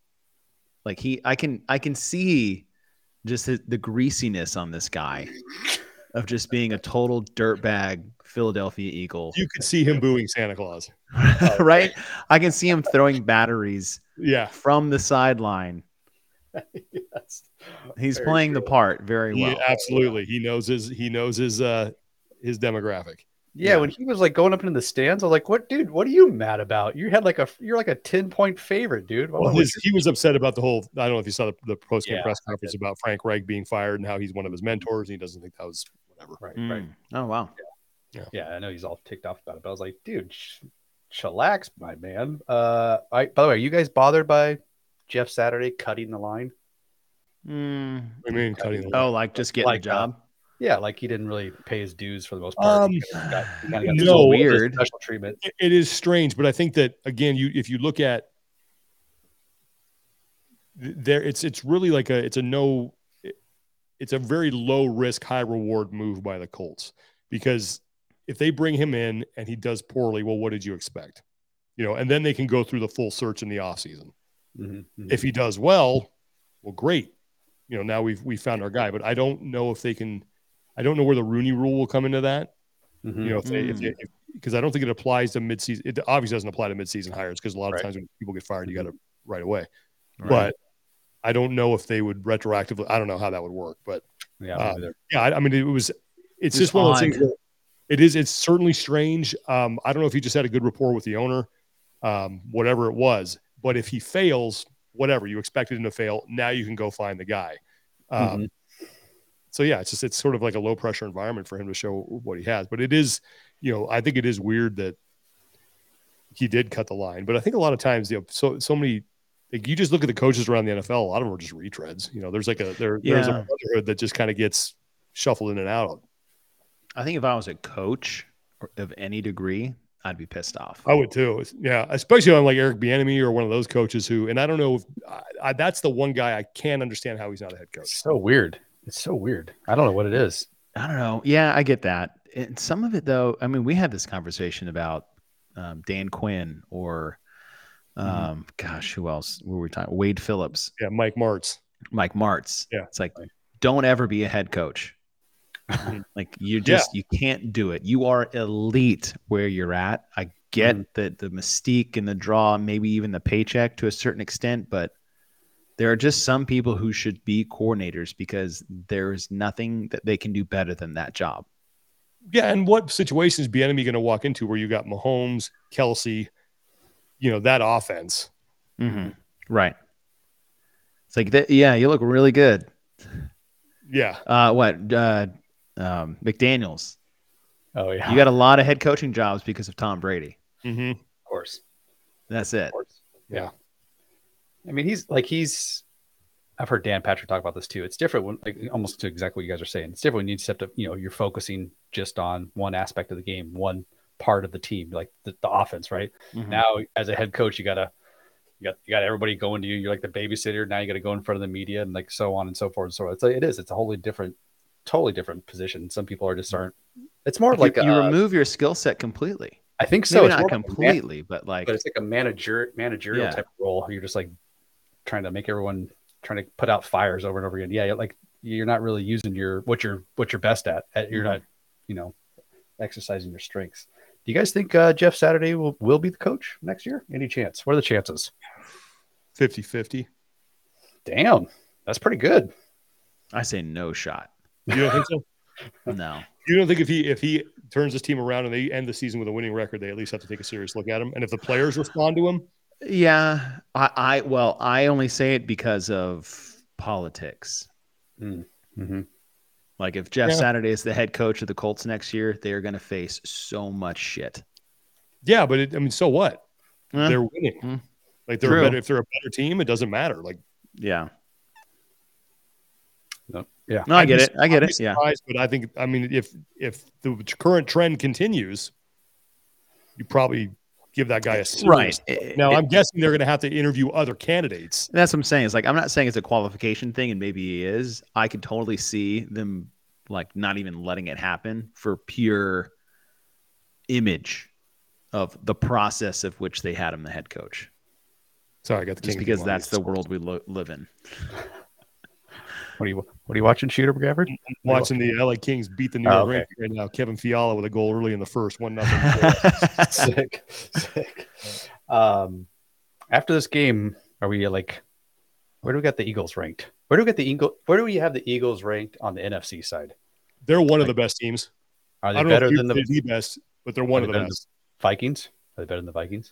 [SPEAKER 2] Like he I can I can see just the, the greasiness on this guy of just being a total dirtbag Philadelphia Eagle.
[SPEAKER 3] you could see him booing Santa Claus.
[SPEAKER 2] right? I can see him throwing batteries
[SPEAKER 3] Yeah,
[SPEAKER 2] from the sideline.
[SPEAKER 1] Yes.
[SPEAKER 2] He's
[SPEAKER 1] Very
[SPEAKER 2] playing the
[SPEAKER 1] true.
[SPEAKER 2] part very
[SPEAKER 3] he-
[SPEAKER 2] well.
[SPEAKER 3] absolutely. He knows his he knows his uh his demographic.
[SPEAKER 1] Yeah,
[SPEAKER 2] Yeah.
[SPEAKER 1] when he was like going up into the stands, I was like, "What, dude? What are you mad about? You had like a you're like a ten point favorite, dude." Why
[SPEAKER 3] Well,
[SPEAKER 1] would
[SPEAKER 3] his, he was upset about the whole. I don't know if you saw the, the post game
[SPEAKER 1] Yeah,
[SPEAKER 3] press conference about Frank Reich being fired and how he's one of his mentors and he doesn't think that was whatever.
[SPEAKER 1] you-" right,
[SPEAKER 2] Mm.
[SPEAKER 1] right.
[SPEAKER 2] Oh wow.
[SPEAKER 1] Yeah, I know he's all ticked off about it, but I was like, "Dude, sh- chillax, my man." Uh, I, by the way, are you guys bothered by Jeff Saturday cutting the line?
[SPEAKER 2] Mm.
[SPEAKER 3] I mean, cutting. the-
[SPEAKER 2] Oh, like just getting
[SPEAKER 1] Like, uh,
[SPEAKER 2] a job.
[SPEAKER 1] Yeah, like he didn't really pay his dues for the most part.
[SPEAKER 3] Um,
[SPEAKER 1] He kinda got- he kinda got
[SPEAKER 3] no,
[SPEAKER 1] a little
[SPEAKER 2] weird.
[SPEAKER 1] special treatment.
[SPEAKER 3] It- it is strange, but I think that again, you if you look at th- there, it's it's really like a it's a no, it- it's a very low risk, high reward move by the Colts because if they bring him in and he does poorly, well, what did you expect? You know, and then they can go through the full search in the offseason.
[SPEAKER 1] Mhm, mhm.
[SPEAKER 3] If he does well, well, great. You know, now we've we found our guy, but I don't know if they can. I don't know where the Rooney Rule will come into that
[SPEAKER 1] Mhm.
[SPEAKER 3] you know, if they, if
[SPEAKER 2] Mm.
[SPEAKER 3] they, because I don't think it applies to midseason. It obviously doesn't apply to midseason hires because a lot of
[SPEAKER 1] Right.
[SPEAKER 3] times when people get fired, you got to right away.
[SPEAKER 2] Mm-hmm. Right.
[SPEAKER 3] But I don't know if they would retroactively. I don't know how that would work. But
[SPEAKER 1] yeah,
[SPEAKER 3] uh,
[SPEAKER 1] maybe they're-
[SPEAKER 3] yeah, I, I mean, it was. It's
[SPEAKER 2] Just
[SPEAKER 3] just one of those
[SPEAKER 2] odd.
[SPEAKER 3] things. Where it is. It's certainly strange. Um, I don't know if he just had a good rapport with the owner, um, whatever it was. But if he fails, whatever you expected him to fail, now you can go find the guy. Um,
[SPEAKER 1] Mhm.
[SPEAKER 3] so yeah, it's just it's sort of like a low pressure environment for him to show what he has. But it is, you know, I think it is weird that he did cut the line. But I think a lot of times, you know, so so many like you just look at the coaches around the NFL, a lot of them are just retreads. You know, there's like a there, there's
[SPEAKER 2] Yeah.
[SPEAKER 3] a brotherhood that just kind of gets shuffled in and out.
[SPEAKER 2] I think if I was a coach or- of any degree, I'd be pissed off.
[SPEAKER 3] I would too. Yeah, especially on like Eric Bieniemy or one of those coaches who, and I don't know if I, I, that's the one guy I can't understand how he's not a head coach.
[SPEAKER 1] it's so weird. It's so weird. I don't know what it is.
[SPEAKER 2] I don't know. Yeah, I get that. And some of it, though, I mean, we had this conversation about um, Dan Quinn or, um, gosh, who else were we talking? Wade Phillips,
[SPEAKER 3] Yeah, Mike Martz.
[SPEAKER 2] Mike Martz.
[SPEAKER 3] Yeah.
[SPEAKER 2] It's like, don't ever be a head coach. like you just you can't do it. You are elite where you're at. I get that the mystique and the draw, maybe even the paycheck to a certain extent, but there are just some people who should be coordinators because there is nothing that they can do better than that job.
[SPEAKER 3] Yeah, and what situation is Bienemy going to walk into where you got Mahomes, Kelsey, you know that offense?
[SPEAKER 2] Right. It's like that. Yeah, you look really good.
[SPEAKER 3] Yeah,
[SPEAKER 2] Uh, what uh, um, McDaniel's?
[SPEAKER 1] Oh yeah,
[SPEAKER 2] You got a lot of head coaching jobs because of Tom Brady.
[SPEAKER 3] hmm
[SPEAKER 1] of course.
[SPEAKER 2] That's it.
[SPEAKER 1] Of course.
[SPEAKER 3] Yeah.
[SPEAKER 1] I mean, he's like he's. I've heard Dan Patrick talk about this too. It's different when, like, almost to exactly what you guys are saying. It's different when you step up. You know, you're focusing just on one aspect of the game, one part of the team, like the, the offense, right?
[SPEAKER 2] Mm-hmm.
[SPEAKER 1] Now, as a head coach, you gotta, you got, you got everybody going to you. You're like the babysitter. Now you got to go in front of the media and like so on and so forth and so on. It's like, it is. It's a wholly different, totally different position. Some people are just
[SPEAKER 2] Mm-hmm.
[SPEAKER 1] aren't. It's more like
[SPEAKER 2] like you, you
[SPEAKER 1] a-
[SPEAKER 2] remove your skill set completely.
[SPEAKER 1] I think so.
[SPEAKER 2] uh, Maybe
[SPEAKER 1] It's
[SPEAKER 2] not
[SPEAKER 1] more like a man-
[SPEAKER 2] completely, but like
[SPEAKER 1] but it's like a manager managerial
[SPEAKER 2] Yeah.
[SPEAKER 1] type of role. where You're just like trying to make everyone trying to put out fires over and over again. Yeah, you're like you're not really using your what you're what you're best at. at you're not, you know, exercising your strengths. Do you guys think uh, Jeff Saturday will, will be the coach next year? Any chance? What are the chances?
[SPEAKER 3] 50-50.
[SPEAKER 1] Damn, that's pretty good.
[SPEAKER 2] I say no shot.
[SPEAKER 3] You don't think so?
[SPEAKER 2] No.
[SPEAKER 3] You don't think if he if he turns his team around and they end the season with a winning record, they at least have to take a serious look at him. And if the players respond to him,
[SPEAKER 2] Yeah. I, I well, I only say it because of politics.
[SPEAKER 1] Mhm.
[SPEAKER 2] Like if Jeff
[SPEAKER 3] Yeah.
[SPEAKER 2] Saturday is the head coach of the Colts next year, they are going to face so much shit.
[SPEAKER 3] yeah, but it, I mean, so what?
[SPEAKER 2] Huh?
[SPEAKER 3] They're winning.
[SPEAKER 2] Hmm.
[SPEAKER 3] Like they're
[SPEAKER 2] True.
[SPEAKER 3] a better if they're a better team, it doesn't matter. Like
[SPEAKER 2] Yeah.
[SPEAKER 1] No, yeah.
[SPEAKER 2] No, I
[SPEAKER 3] I'd
[SPEAKER 2] get
[SPEAKER 3] be-
[SPEAKER 2] it. I get
[SPEAKER 3] I'd be
[SPEAKER 2] it. Yeah.
[SPEAKER 3] surprised, But I think I mean if if the current trend continues, you probably give that guy a serious
[SPEAKER 2] Right.
[SPEAKER 3] Now
[SPEAKER 2] It-
[SPEAKER 3] I'm guessing they're going to have to interview other candidates.
[SPEAKER 2] That's what I'm saying. It's like I'm not saying it's a qualification thing, and maybe he is. I could totally see them like not even letting it happen for pure image of the process of which they had him the head coach,
[SPEAKER 3] Sorry, I got the
[SPEAKER 2] just
[SPEAKER 3] king
[SPEAKER 2] because
[SPEAKER 3] of
[SPEAKER 2] that's the
[SPEAKER 3] Lotties.
[SPEAKER 2] world we lo- live in.
[SPEAKER 1] What are you What are you watching, Shooter McGavard?
[SPEAKER 3] I'm watching the LA Kings beat the New
[SPEAKER 1] Oh,
[SPEAKER 3] York
[SPEAKER 1] okay.
[SPEAKER 3] Rangers right now. Kevin Fiala with a goal early in the first, one nothing.
[SPEAKER 2] I
[SPEAKER 1] sick, sick. Um, after this game, are we like, where do we got the Eagles ranked? Where do we get the Eagle? Where do we have the Eagles ranked on the NFC side?
[SPEAKER 3] They're one of the best teams.
[SPEAKER 1] Are
[SPEAKER 3] I
[SPEAKER 1] they
[SPEAKER 3] don't know
[SPEAKER 1] better
[SPEAKER 3] if
[SPEAKER 1] than
[SPEAKER 3] they're
[SPEAKER 1] the
[SPEAKER 3] the best, but they're one
[SPEAKER 1] are
[SPEAKER 3] of
[SPEAKER 1] they
[SPEAKER 3] the
[SPEAKER 1] better than
[SPEAKER 3] best.
[SPEAKER 1] Vikings? Are they better than the Vikings?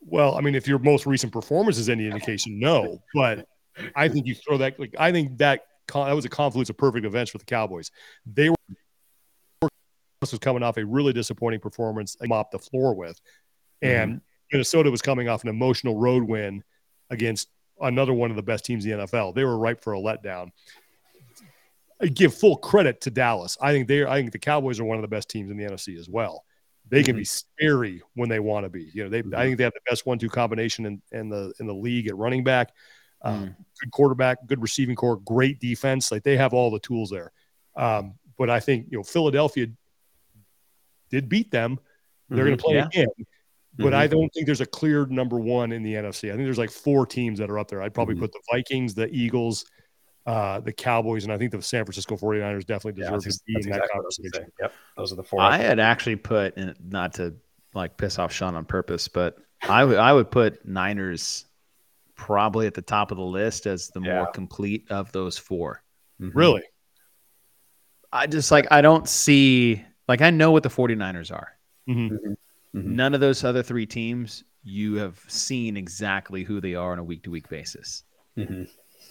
[SPEAKER 3] Well, I mean, if your most recent performance is any indication, no. But I think you throw that. Like, I think that con- that was a confluence of perfect events for the Cowboys. They were was coming off a really disappointing performance, they mopped the floor with,
[SPEAKER 2] Mm-hmm.
[SPEAKER 3] and Minnesota was coming off an emotional road win against another one of the best teams in the NFL. They were ripe for a letdown. I give full credit to Dallas. I think they. I think the Cowboys are one of the best teams in the NFC as well. They can be scary when they want to be. You know, they. I think they have the best one-two combination in, in the in the league at running back.
[SPEAKER 2] Mm.
[SPEAKER 3] Um,
[SPEAKER 2] Mm-hmm.
[SPEAKER 3] Good quarterback, good receiving core, great defense. Like they have all the tools there. Um, but I think you know Philadelphia did beat them. They're going
[SPEAKER 2] Mhm,
[SPEAKER 3] to play
[SPEAKER 2] yeah.
[SPEAKER 3] again. But I
[SPEAKER 1] Mm-hmm.
[SPEAKER 3] don't think there's a clear number one in the NFC. I think there's like four teams that are up there. I'd probably
[SPEAKER 2] Mhm.
[SPEAKER 1] Mm-hmm.
[SPEAKER 3] put the Vikings, the Eagles, uh, the Cowboys, and I think the San Francisco 49ers definitely
[SPEAKER 1] Yeah,
[SPEAKER 3] deserve
[SPEAKER 1] that's ex-
[SPEAKER 3] to be
[SPEAKER 1] that's
[SPEAKER 3] in that
[SPEAKER 1] exactly what I was gonna
[SPEAKER 3] conversation.
[SPEAKER 1] say. Yep, those are the four.
[SPEAKER 2] Mm-hmm. had actually put, and not to like piss off Sean on purpose, but I would I would put Niners probably at the top of the list as the
[SPEAKER 1] Yeah.
[SPEAKER 2] more complete of those four.
[SPEAKER 1] Mhm.
[SPEAKER 3] Really?
[SPEAKER 2] I just like I don't see like I know what the 49ers are.
[SPEAKER 3] Mhm.
[SPEAKER 1] Mhm.
[SPEAKER 2] None of those other three teams you have seen exactly who they are on a week to week basis.
[SPEAKER 1] Mhm.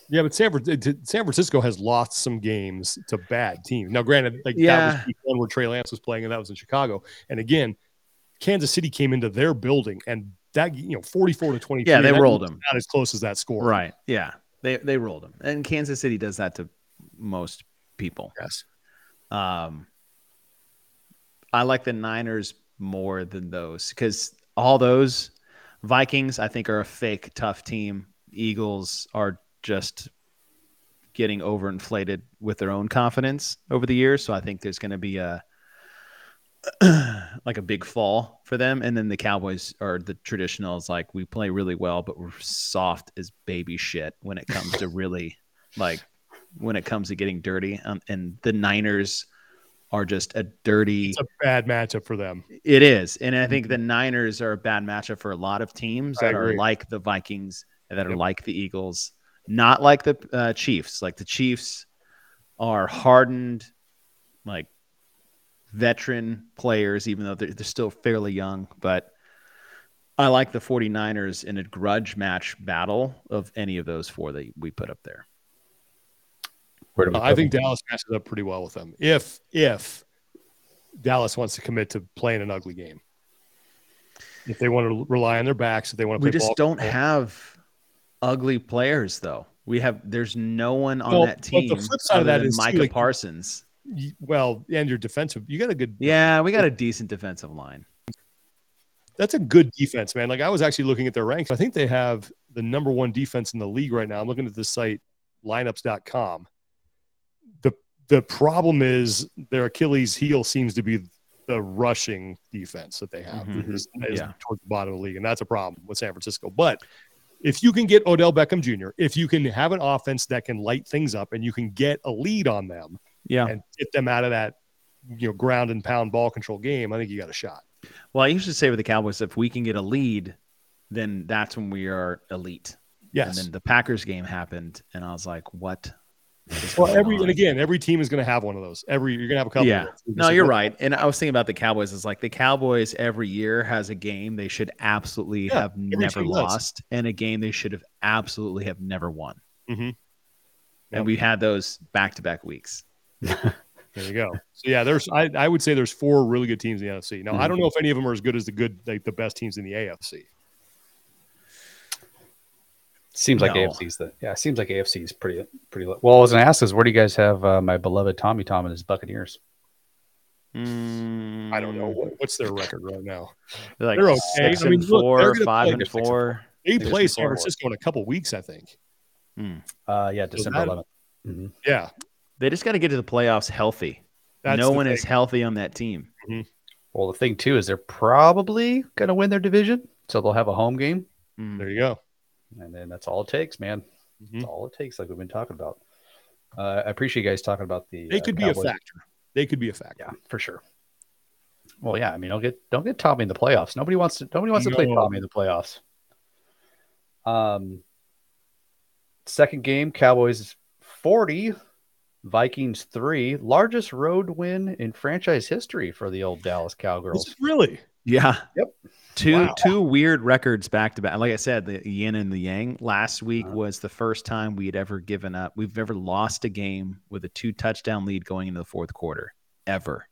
[SPEAKER 3] Yeah, but San, Fran- t- t- San Francisco has lost some games to bad teams. Now, granted, like that
[SPEAKER 2] Yeah.
[SPEAKER 3] was week one where Trey Lance was playing, and that was in Chicago. And again, Kansas City came into their building, and that you know, forty-four to twenty-three.
[SPEAKER 2] Yeah, they
[SPEAKER 3] that
[SPEAKER 2] rolled
[SPEAKER 3] was
[SPEAKER 2] them.
[SPEAKER 3] Not as close as that score.
[SPEAKER 2] Right. Yeah. They they rolled them. And Kansas City does that to most people.
[SPEAKER 3] Yes.
[SPEAKER 2] Um I like the Niners more than those cuz all those Vikings I think are a fake tough team. Eagles are just getting overinflated with their own confidence over the years. So I think there's going to be a like a big fall for them. And then the Cowboys are the traditionals, like we play really well, but we're soft as baby shit when it comes to really like when it comes to getting dirty. Um, and the Niners are just a dirty.
[SPEAKER 3] It's a bad matchup for them.
[SPEAKER 2] It is. And I think the Niners are a bad matchup for a lot of teams
[SPEAKER 3] Mm-hmm. I
[SPEAKER 2] that are
[SPEAKER 3] agree.
[SPEAKER 2] like the Vikings, and that are
[SPEAKER 3] Yep.
[SPEAKER 2] like the Eagles, not like the uh, Chiefs. Like the Chiefs are hardened, like veteran players, even though they're, they're still fairly young. But I like the 49ers in a grudge match battle of any of those four that we put up there.
[SPEAKER 1] Where do
[SPEAKER 3] I think Dallas matches up pretty well with them. If if Dallas wants to commit to playing an ugly game, if they want to rely on their backs, if they want to play
[SPEAKER 2] We just
[SPEAKER 3] ball
[SPEAKER 2] don't
[SPEAKER 3] control.
[SPEAKER 2] have ugly players, though. We have there's no one on
[SPEAKER 3] Well,
[SPEAKER 2] that
[SPEAKER 3] but the
[SPEAKER 2] team.
[SPEAKER 3] flip side of
[SPEAKER 2] other
[SPEAKER 3] that
[SPEAKER 2] than
[SPEAKER 3] is too,
[SPEAKER 2] Micah
[SPEAKER 3] like-
[SPEAKER 2] Parsons.
[SPEAKER 3] Y- well, and your defensive, you got a good.
[SPEAKER 2] Yeah, we got a decent defensive line.
[SPEAKER 3] That's a good defense, man. Like I was actually looking at their ranks. I think they have the number one defense in the league right now. I'm looking at the site lineups.com. The the problem is their Achilles heel seems to be the rushing defense that they have.
[SPEAKER 2] Mhm.
[SPEAKER 3] Is- is
[SPEAKER 2] Yeah.
[SPEAKER 3] towards the bottom of the league, and that's a problem with San Francisco. But if you can get Odell Beckham Jr., if you can have an offense that can light things up and you can get a lead on them
[SPEAKER 2] Yeah.
[SPEAKER 3] and get them out of that you know ground and pound ball control game, I think you got a shot.
[SPEAKER 2] Well, I usually say with the Cowboys, if we can get a lead, then that's when we are elite.
[SPEAKER 3] Yes.
[SPEAKER 2] And then the Packers game happened, and I was like, "What?" is
[SPEAKER 3] Well,
[SPEAKER 2] going
[SPEAKER 3] every
[SPEAKER 2] on?
[SPEAKER 3] and again, every team is going to have one of those. Every you're going to have a couple.
[SPEAKER 2] Yeah.
[SPEAKER 3] Of those.
[SPEAKER 2] No, you're right. And I was thinking about the Cowboys. It's like the Cowboys every year has a game they should absolutely
[SPEAKER 3] Yeah,
[SPEAKER 2] have
[SPEAKER 3] every
[SPEAKER 2] never
[SPEAKER 3] team does.
[SPEAKER 2] lost, and a game they should have absolutely have never won.
[SPEAKER 3] Mhm. Yep.
[SPEAKER 2] And we had those back to back weeks.
[SPEAKER 3] There you go. So yeah, there's I, I would say there's four really good teams in the NFC.
[SPEAKER 2] Mm-hmm.
[SPEAKER 3] Now I don't know if any of them are as good as the good like the best teams in the AFC.
[SPEAKER 1] Seems like
[SPEAKER 2] No.
[SPEAKER 1] AFC's the yeah. Seems like AFC's pretty pretty. Low. Well, I was gonna ask this. Where do you guys have uh, my beloved Tommy Tom and his Buccaneers?
[SPEAKER 3] I don't know what, what's their record right now.
[SPEAKER 2] Mm, They're like
[SPEAKER 3] They're okay.
[SPEAKER 2] six
[SPEAKER 3] I mean,
[SPEAKER 2] and
[SPEAKER 3] look, they're
[SPEAKER 2] four,
[SPEAKER 3] gonna play
[SPEAKER 2] five
[SPEAKER 1] their
[SPEAKER 2] and
[SPEAKER 1] six and
[SPEAKER 2] four.
[SPEAKER 3] They
[SPEAKER 1] They
[SPEAKER 3] play
[SPEAKER 1] just
[SPEAKER 3] San
[SPEAKER 1] scored.
[SPEAKER 3] Francisco in a couple weeks, I think.
[SPEAKER 1] Uh, yeah, December
[SPEAKER 3] that-
[SPEAKER 1] 11th.
[SPEAKER 3] Yeah,
[SPEAKER 2] They just got to get to the playoffs healthy.
[SPEAKER 3] that's
[SPEAKER 2] no
[SPEAKER 3] the
[SPEAKER 2] one
[SPEAKER 3] thing.
[SPEAKER 2] is healthy on that team.
[SPEAKER 1] Well, the thing too is they're probably gonna win their division, so they'll have a home game,
[SPEAKER 2] Mm.
[SPEAKER 3] There you go.
[SPEAKER 1] and then that's all it takes, man.
[SPEAKER 3] Mhm.
[SPEAKER 1] That's all it takes, like we've been talking about. Uh, I appreciate you guys talking about the.
[SPEAKER 3] They
[SPEAKER 1] uh,
[SPEAKER 3] could be
[SPEAKER 1] Cowboys.
[SPEAKER 3] a factor. They could be a factor.
[SPEAKER 1] Yeah, for sure. Well, yeah, I mean, don't get don't get Tommy in the playoffs. Nobody wants to nobody wants to play
[SPEAKER 3] No.
[SPEAKER 1] Tommy in the playoffs. Um second game, Cowboys 40, Vikings 3, largest road win in franchise history for the old Dallas
[SPEAKER 3] This
[SPEAKER 1] Cowgirls.
[SPEAKER 3] is really
[SPEAKER 2] Yeah.
[SPEAKER 1] Yep.
[SPEAKER 2] Two
[SPEAKER 3] Wow.
[SPEAKER 2] two weird records back to back. Like I said, the yin and the yang. Last week
[SPEAKER 1] Uh-huh.
[SPEAKER 2] was the first time we had ever given up. We've never lost a game with a two touchdown lead going into the fourth quarter ever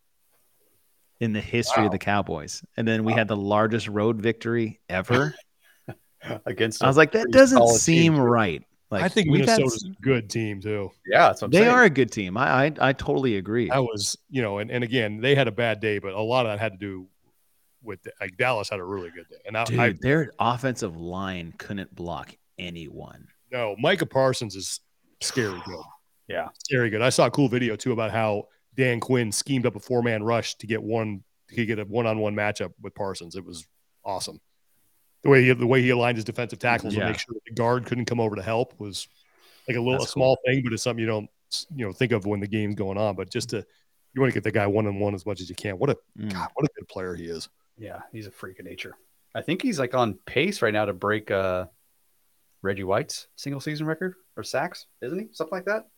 [SPEAKER 2] in the history of
[SPEAKER 1] Wow.
[SPEAKER 2] the Cowboys. And then we had the largest road victory ever.
[SPEAKER 1] Against
[SPEAKER 2] I was like, that
[SPEAKER 1] pretty
[SPEAKER 2] doesn't
[SPEAKER 1] solid
[SPEAKER 2] seem
[SPEAKER 1] team.
[SPEAKER 2] right. Like
[SPEAKER 3] I think
[SPEAKER 2] we've had-
[SPEAKER 3] Minnesota's a good team too.
[SPEAKER 1] yeah, that's what I'm
[SPEAKER 2] they
[SPEAKER 1] saying.
[SPEAKER 2] are a good team. I I, I totally agree.
[SPEAKER 3] That was, you know, and, and again, they had a bad day, but a lot of that had to do with like Dallas had a really good day. And I,
[SPEAKER 2] Dude,
[SPEAKER 3] I
[SPEAKER 2] their offensive line couldn't block anyone.
[SPEAKER 3] No, Micah Parsons is scary good.
[SPEAKER 1] Yeah.
[SPEAKER 3] Scary good. I saw a cool video too about how Dan Quinn schemed up a four man rush to get one to get a one on one matchup with Parsons. It was awesome. The way he, the way he aligned his defensive tackles
[SPEAKER 2] Yeah.
[SPEAKER 3] to make sure the guard couldn't come over to help was like a little
[SPEAKER 2] That's
[SPEAKER 3] a small thing, but it's something you don't you know think of when the game's going on. But just to you want to get the guy one on one as much as you can. What a
[SPEAKER 2] Mm.
[SPEAKER 3] God, what a good player he is.
[SPEAKER 1] Yeah, he's a freak of nature. I think he's like on pace right now to break uh Reggie White's single season record or sacks, isn't he? Something like that.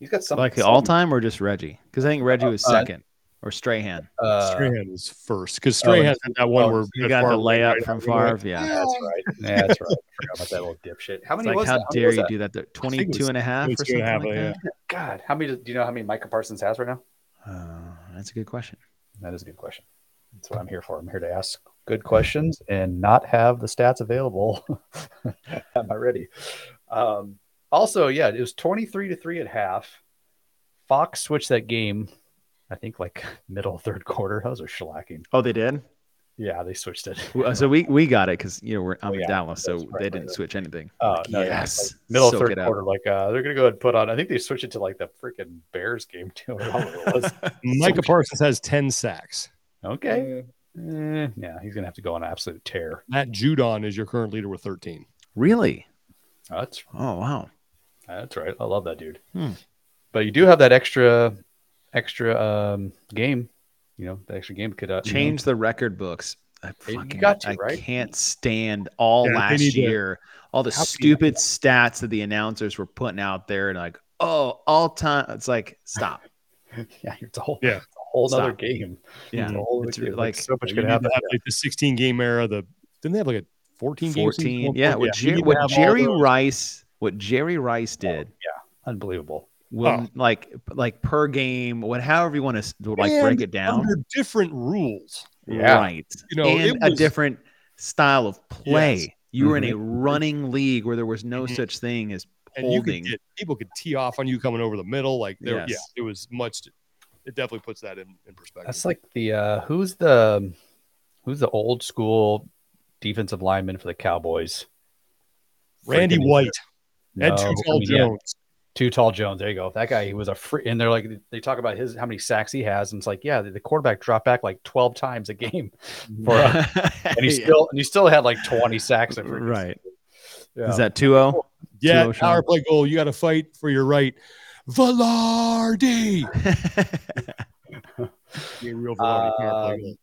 [SPEAKER 1] He's got something
[SPEAKER 2] like the
[SPEAKER 1] something-
[SPEAKER 2] all time or just Reggie? Because I think Reggie was
[SPEAKER 1] uh,
[SPEAKER 2] second or Strahan.
[SPEAKER 1] uh,
[SPEAKER 3] Strahan was first because Strahan had that one
[SPEAKER 1] oh,
[SPEAKER 3] where
[SPEAKER 2] You got the
[SPEAKER 3] Favre
[SPEAKER 2] layup
[SPEAKER 3] right
[SPEAKER 2] from
[SPEAKER 3] out. We were like,
[SPEAKER 2] Favre. Yeah.
[SPEAKER 1] That's right. Yeah, that's right. I forgot about that little dipshit. How
[SPEAKER 2] It's
[SPEAKER 1] many
[SPEAKER 2] like,
[SPEAKER 1] was
[SPEAKER 2] how
[SPEAKER 1] that? many
[SPEAKER 2] dare
[SPEAKER 1] was
[SPEAKER 2] you
[SPEAKER 1] that?
[SPEAKER 2] do that? to-
[SPEAKER 3] was
[SPEAKER 2] 22 and a half or
[SPEAKER 3] 22
[SPEAKER 2] something
[SPEAKER 3] and a half,
[SPEAKER 2] like
[SPEAKER 3] yeah.
[SPEAKER 2] that?
[SPEAKER 1] God, how many? Do you know how many Micah Parsons has right now?
[SPEAKER 2] Uh, that's a good question.
[SPEAKER 1] That is a good question. That's what I'm here for. I'm here to ask good questions and not have the stats available at my ready. Um, also, yeah, it was 23 to three at half. Fox switched that game. I think like middle of third quarter. That was a shellacking.
[SPEAKER 2] Oh, they did?
[SPEAKER 1] Yeah, they switched it.
[SPEAKER 2] Well, So we we got it because you know we're I'm in
[SPEAKER 1] Yeah,
[SPEAKER 2] Dallas, so
[SPEAKER 1] that's right,
[SPEAKER 2] they
[SPEAKER 1] right,
[SPEAKER 2] didn't
[SPEAKER 1] right.
[SPEAKER 2] switch anything.
[SPEAKER 1] Oh,
[SPEAKER 2] Like,
[SPEAKER 1] no, yeah,
[SPEAKER 2] yes,
[SPEAKER 1] like middle
[SPEAKER 2] soak
[SPEAKER 1] third
[SPEAKER 2] it up.
[SPEAKER 1] quarter, like uh, they're gonna go ahead and put on. I think they switched it to like the freaking Bears game too. I don't know what it was.
[SPEAKER 3] Micah Parsons has 10 sacks.
[SPEAKER 1] okay, Eh, yeah, he's gonna have to go on an absolute tear.
[SPEAKER 3] Matt Judon is your current leader with 13.
[SPEAKER 2] Really?
[SPEAKER 1] That's
[SPEAKER 2] Oh wow.
[SPEAKER 1] that's right. I love that dude.
[SPEAKER 2] Hmm.
[SPEAKER 1] But you do have that extra, extra um, game. You know, the extra game could uh, you know,
[SPEAKER 2] Change the record books. I
[SPEAKER 1] Hey, you
[SPEAKER 2] fucking
[SPEAKER 1] got to,
[SPEAKER 2] I
[SPEAKER 1] right?
[SPEAKER 2] can't stand all
[SPEAKER 3] Yeah, they
[SPEAKER 2] last
[SPEAKER 3] need to-
[SPEAKER 2] year, all the
[SPEAKER 1] How can you-
[SPEAKER 2] stupid stats that the announcers were putting out there, and like, oh, all time. It's like stop.
[SPEAKER 1] yeah, it's a whole
[SPEAKER 3] Yeah.
[SPEAKER 1] it's a whole other
[SPEAKER 2] Stop.
[SPEAKER 1] game.
[SPEAKER 2] Yeah,
[SPEAKER 1] it's, a whole other
[SPEAKER 2] it's
[SPEAKER 1] game.
[SPEAKER 2] like
[SPEAKER 1] so much
[SPEAKER 3] You
[SPEAKER 1] could
[SPEAKER 3] need to
[SPEAKER 1] happen.
[SPEAKER 3] have, like, the 16 game era. The didn't they have like a 14 game? season?
[SPEAKER 2] 14. Yeah, what,
[SPEAKER 3] you
[SPEAKER 2] Jer-
[SPEAKER 3] need to
[SPEAKER 2] what
[SPEAKER 3] have all
[SPEAKER 2] Jerry
[SPEAKER 3] those.
[SPEAKER 2] Rice, what Jerry Rice
[SPEAKER 1] Oh,
[SPEAKER 2] did,
[SPEAKER 1] Unbelievable.
[SPEAKER 2] will
[SPEAKER 3] Oh.
[SPEAKER 2] like like per game, what however you want to like
[SPEAKER 3] And
[SPEAKER 2] break it down.
[SPEAKER 3] under different rules.
[SPEAKER 1] Yeah.
[SPEAKER 2] Right.
[SPEAKER 3] You know, it
[SPEAKER 2] and a
[SPEAKER 3] was-
[SPEAKER 2] different style of play.
[SPEAKER 3] Yes.
[SPEAKER 2] You were in a
[SPEAKER 1] Mm-hmm.
[SPEAKER 2] running league where there was no
[SPEAKER 3] Mhm.
[SPEAKER 2] such thing as
[SPEAKER 3] and you could
[SPEAKER 2] holding.
[SPEAKER 3] get, people could tee off on you coming over the middle. Like there, yeah,
[SPEAKER 2] Yes.
[SPEAKER 3] it was much. It definitely puts that in, in perspective.
[SPEAKER 1] That's like the uh, who's the who's the old school defensive lineman for the Cowboys?
[SPEAKER 3] Randy
[SPEAKER 1] freaking-
[SPEAKER 3] White, Ed
[SPEAKER 1] No, I
[SPEAKER 3] Tutel
[SPEAKER 1] mean, yeah,
[SPEAKER 3] Jones.
[SPEAKER 1] Too tall Jones. There you go. That guy, he was a free. And they're like, they talk about his how many sacks he has, and it's like, yeah, the, the quarterback dropped back like twelve times a game, for us. and he
[SPEAKER 2] Yeah.
[SPEAKER 1] still and he still had like twenty sacks. every-
[SPEAKER 2] right.
[SPEAKER 1] Yeah.
[SPEAKER 2] Is that oh? 2 0?
[SPEAKER 3] Yeah,
[SPEAKER 2] Tuo
[SPEAKER 3] power
[SPEAKER 2] Jones.
[SPEAKER 3] play goal. You got to fight for your right. Velarde. Gabriel Velarde,
[SPEAKER 2] Uh,
[SPEAKER 3] power play
[SPEAKER 1] Um,
[SPEAKER 3] goal.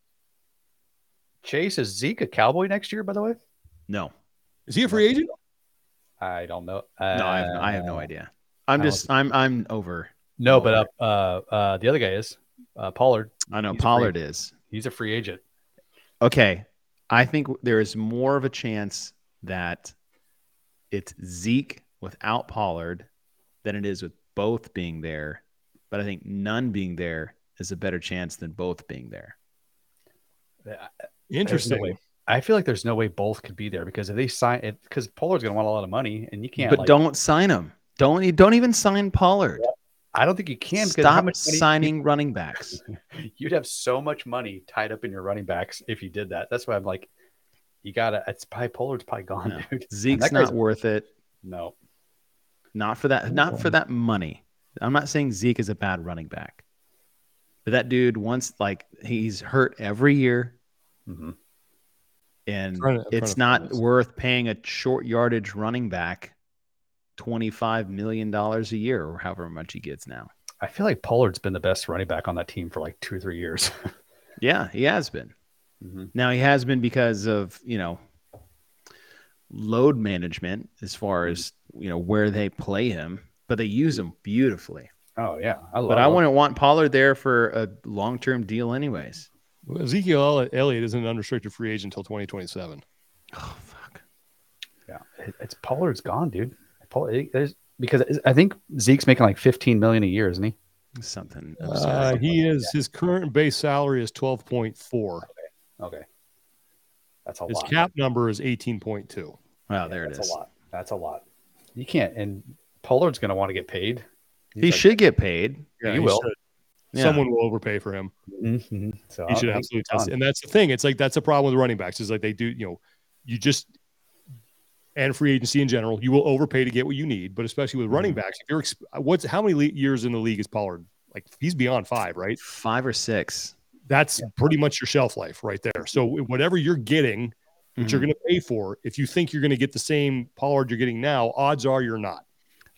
[SPEAKER 1] Chase is Zeke a Cowboy next year? By the way,
[SPEAKER 2] no,
[SPEAKER 3] Is he a free agent?
[SPEAKER 1] I don't know.
[SPEAKER 2] no, I have, I have no
[SPEAKER 1] Uh,
[SPEAKER 2] idea. I'm
[SPEAKER 1] I
[SPEAKER 2] just, I'm, I'm over.
[SPEAKER 1] No, but uh, uh, uh, the other guy is uh, Pollard.
[SPEAKER 2] I know
[SPEAKER 1] He's a free
[SPEAKER 2] Pollard is.
[SPEAKER 1] He's a free agent.
[SPEAKER 2] Okay. I think there is more of a chance that it's Zeke without Pollard than it is with both being there. But I think none being there is a better chance than both being there.
[SPEAKER 1] There's no
[SPEAKER 3] Interesting.
[SPEAKER 1] way- I feel like there's no way both could be there because if they sign it, because Pollard's going to want a lot of money, and you can't.
[SPEAKER 2] but
[SPEAKER 1] like-
[SPEAKER 2] don't sign him. Don't you don't even sign Pollard.
[SPEAKER 1] I don't think you can. because how
[SPEAKER 2] Stop
[SPEAKER 1] much money-
[SPEAKER 2] signing running backs.
[SPEAKER 1] You'd have so much money tied up in your running backs if you did that. That's why I'm like, you gotta. It's probably Pollard's probably gone,
[SPEAKER 2] No.
[SPEAKER 1] dude.
[SPEAKER 2] Zeke's
[SPEAKER 1] That guy's-
[SPEAKER 2] not worth it.
[SPEAKER 1] No,
[SPEAKER 2] Not for that. Not for that money. I'm not saying Zeke is a bad running back, but that dude once like he's hurt every year,
[SPEAKER 1] Mhm.
[SPEAKER 2] and
[SPEAKER 3] Trying to- I'm trying
[SPEAKER 2] it's
[SPEAKER 3] to
[SPEAKER 2] not
[SPEAKER 3] find this.
[SPEAKER 2] worth paying a short yardage running back twenty five million dollars a year or however much he gets now.
[SPEAKER 1] I feel like Pollard's been the best running back on that team for like two or three years.
[SPEAKER 2] Yeah, he has been.
[SPEAKER 1] Mm-hmm.
[SPEAKER 2] Now he has been because of you know load management as
[SPEAKER 3] Mm-hmm.
[SPEAKER 2] far as you know where they play him, but they use him beautifully.
[SPEAKER 1] Oh yeah, I love.
[SPEAKER 2] But I
[SPEAKER 1] him.
[SPEAKER 2] wouldn't want Pollard there for a long term deal, anyways.
[SPEAKER 3] Well, Ezekiel Elliott isn't an unrestricted free agent until 2027.
[SPEAKER 2] Oh fuck!
[SPEAKER 1] Yeah, It- it's Pollard's gone, dude. Pollard, it- there's, because I think Zeke's making like 15 million a year, isn't he?
[SPEAKER 2] Something.
[SPEAKER 3] Uh,
[SPEAKER 2] absurd.
[SPEAKER 3] he is his current base salary is 12.4.
[SPEAKER 1] Okay, that's a
[SPEAKER 3] His
[SPEAKER 1] lot.
[SPEAKER 3] cap number is 18.2.
[SPEAKER 2] wow, there it
[SPEAKER 1] That's
[SPEAKER 2] is.
[SPEAKER 1] a lot. That's a lot. You can't. And Pollard's going to want to get paid. He's
[SPEAKER 2] He
[SPEAKER 1] like,
[SPEAKER 2] should get paid.
[SPEAKER 1] Yeah, he will.
[SPEAKER 3] should.
[SPEAKER 2] Yeah.
[SPEAKER 3] Someone will overpay for him.
[SPEAKER 1] "Mhm, mhm." So
[SPEAKER 3] Uh, He should
[SPEAKER 1] I'll-
[SPEAKER 3] absolutely
[SPEAKER 1] he's
[SPEAKER 3] test it.
[SPEAKER 1] done.
[SPEAKER 3] And that's the thing. It's like that's the problem with running backs. Is like they do, you know, you just and free agency in general, you will overpay to get what you need. But especially with running backs, if you're exp- what's how many le- years in the league is Pollard? Like he's beyond five, right?
[SPEAKER 2] Five or 6
[SPEAKER 3] That's pretty much your shelf life right there. So whatever you're getting, that you're
[SPEAKER 1] Mm-hmm.
[SPEAKER 2] Mhm.
[SPEAKER 3] going to pay for, if you think you're going to get the same Pollard you're getting now, odds are you're not.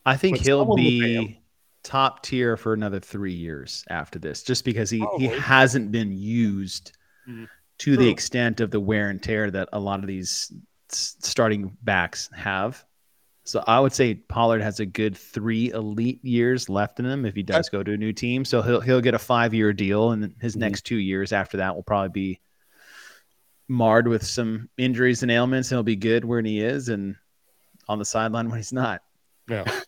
[SPEAKER 2] I think
[SPEAKER 3] but
[SPEAKER 2] he'll
[SPEAKER 3] someone will pay
[SPEAKER 2] be top tier for another three years after this, just because he, he
[SPEAKER 3] Probably.
[SPEAKER 2] hasn't been used
[SPEAKER 3] Mhm.
[SPEAKER 2] to the
[SPEAKER 3] True.
[SPEAKER 2] extent of the wear and tear that a lot of these s- starting backs have. So I would say Pollard has a good three elite years left in him if he does go to a new team. So he'll he'll get a five year deal, and then his
[SPEAKER 3] Mm-hmm.
[SPEAKER 1] Mhm.
[SPEAKER 2] next two years after that will probably be marred with some injuries and ailments. And he'll be good when he is, and on the sideline when he's not.
[SPEAKER 3] Yeah.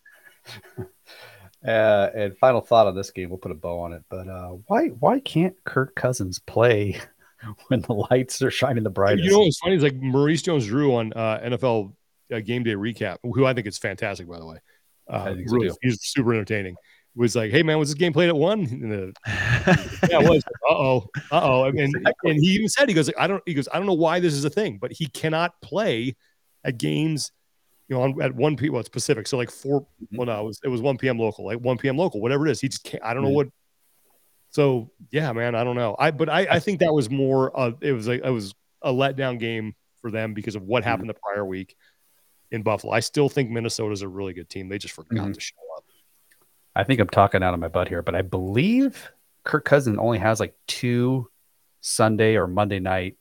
[SPEAKER 1] Uh, and final thought on this game, we'll put a bow on it. But uh, why why can't Kirk Cousins play when the lights are shining the brightest?
[SPEAKER 3] you know what's funny is like Maurice Jones-Drew on uh, NFL uh, Game Day Recap, who I think is fantastic by the way. Uh,
[SPEAKER 1] I think so,
[SPEAKER 3] really,
[SPEAKER 1] too.
[SPEAKER 3] he's super entertaining. was like, "Hey man, was this game played at one?" And the- yeah, it was. Uh oh, uh oh. And, and and he even said, "He goes, I don't. He goes, I don't know why this is a thing, but he cannot play at games, you know, on, at one p. Well, it's Pacific, so like 4
[SPEAKER 1] Mm-hmm.
[SPEAKER 3] Well, no, it was it was one p.m. local, like one p.m. local, whatever it is. He just can't. I don't know
[SPEAKER 1] Mm-hmm.
[SPEAKER 2] Mhm.
[SPEAKER 3] what. So yeah, man, I don't know. I but I I think that was more. Of, it was like it was a letdown game for them because of
[SPEAKER 1] Mm-hmm.
[SPEAKER 3] what happened the prior week in Buffalo. I still think Minnesota's a really good team. They just forgot
[SPEAKER 1] Mhm.
[SPEAKER 3] to show up.
[SPEAKER 1] I think I'm talking out of my butt here, but I believe Kirk Cousins only has like two Sunday or Monday night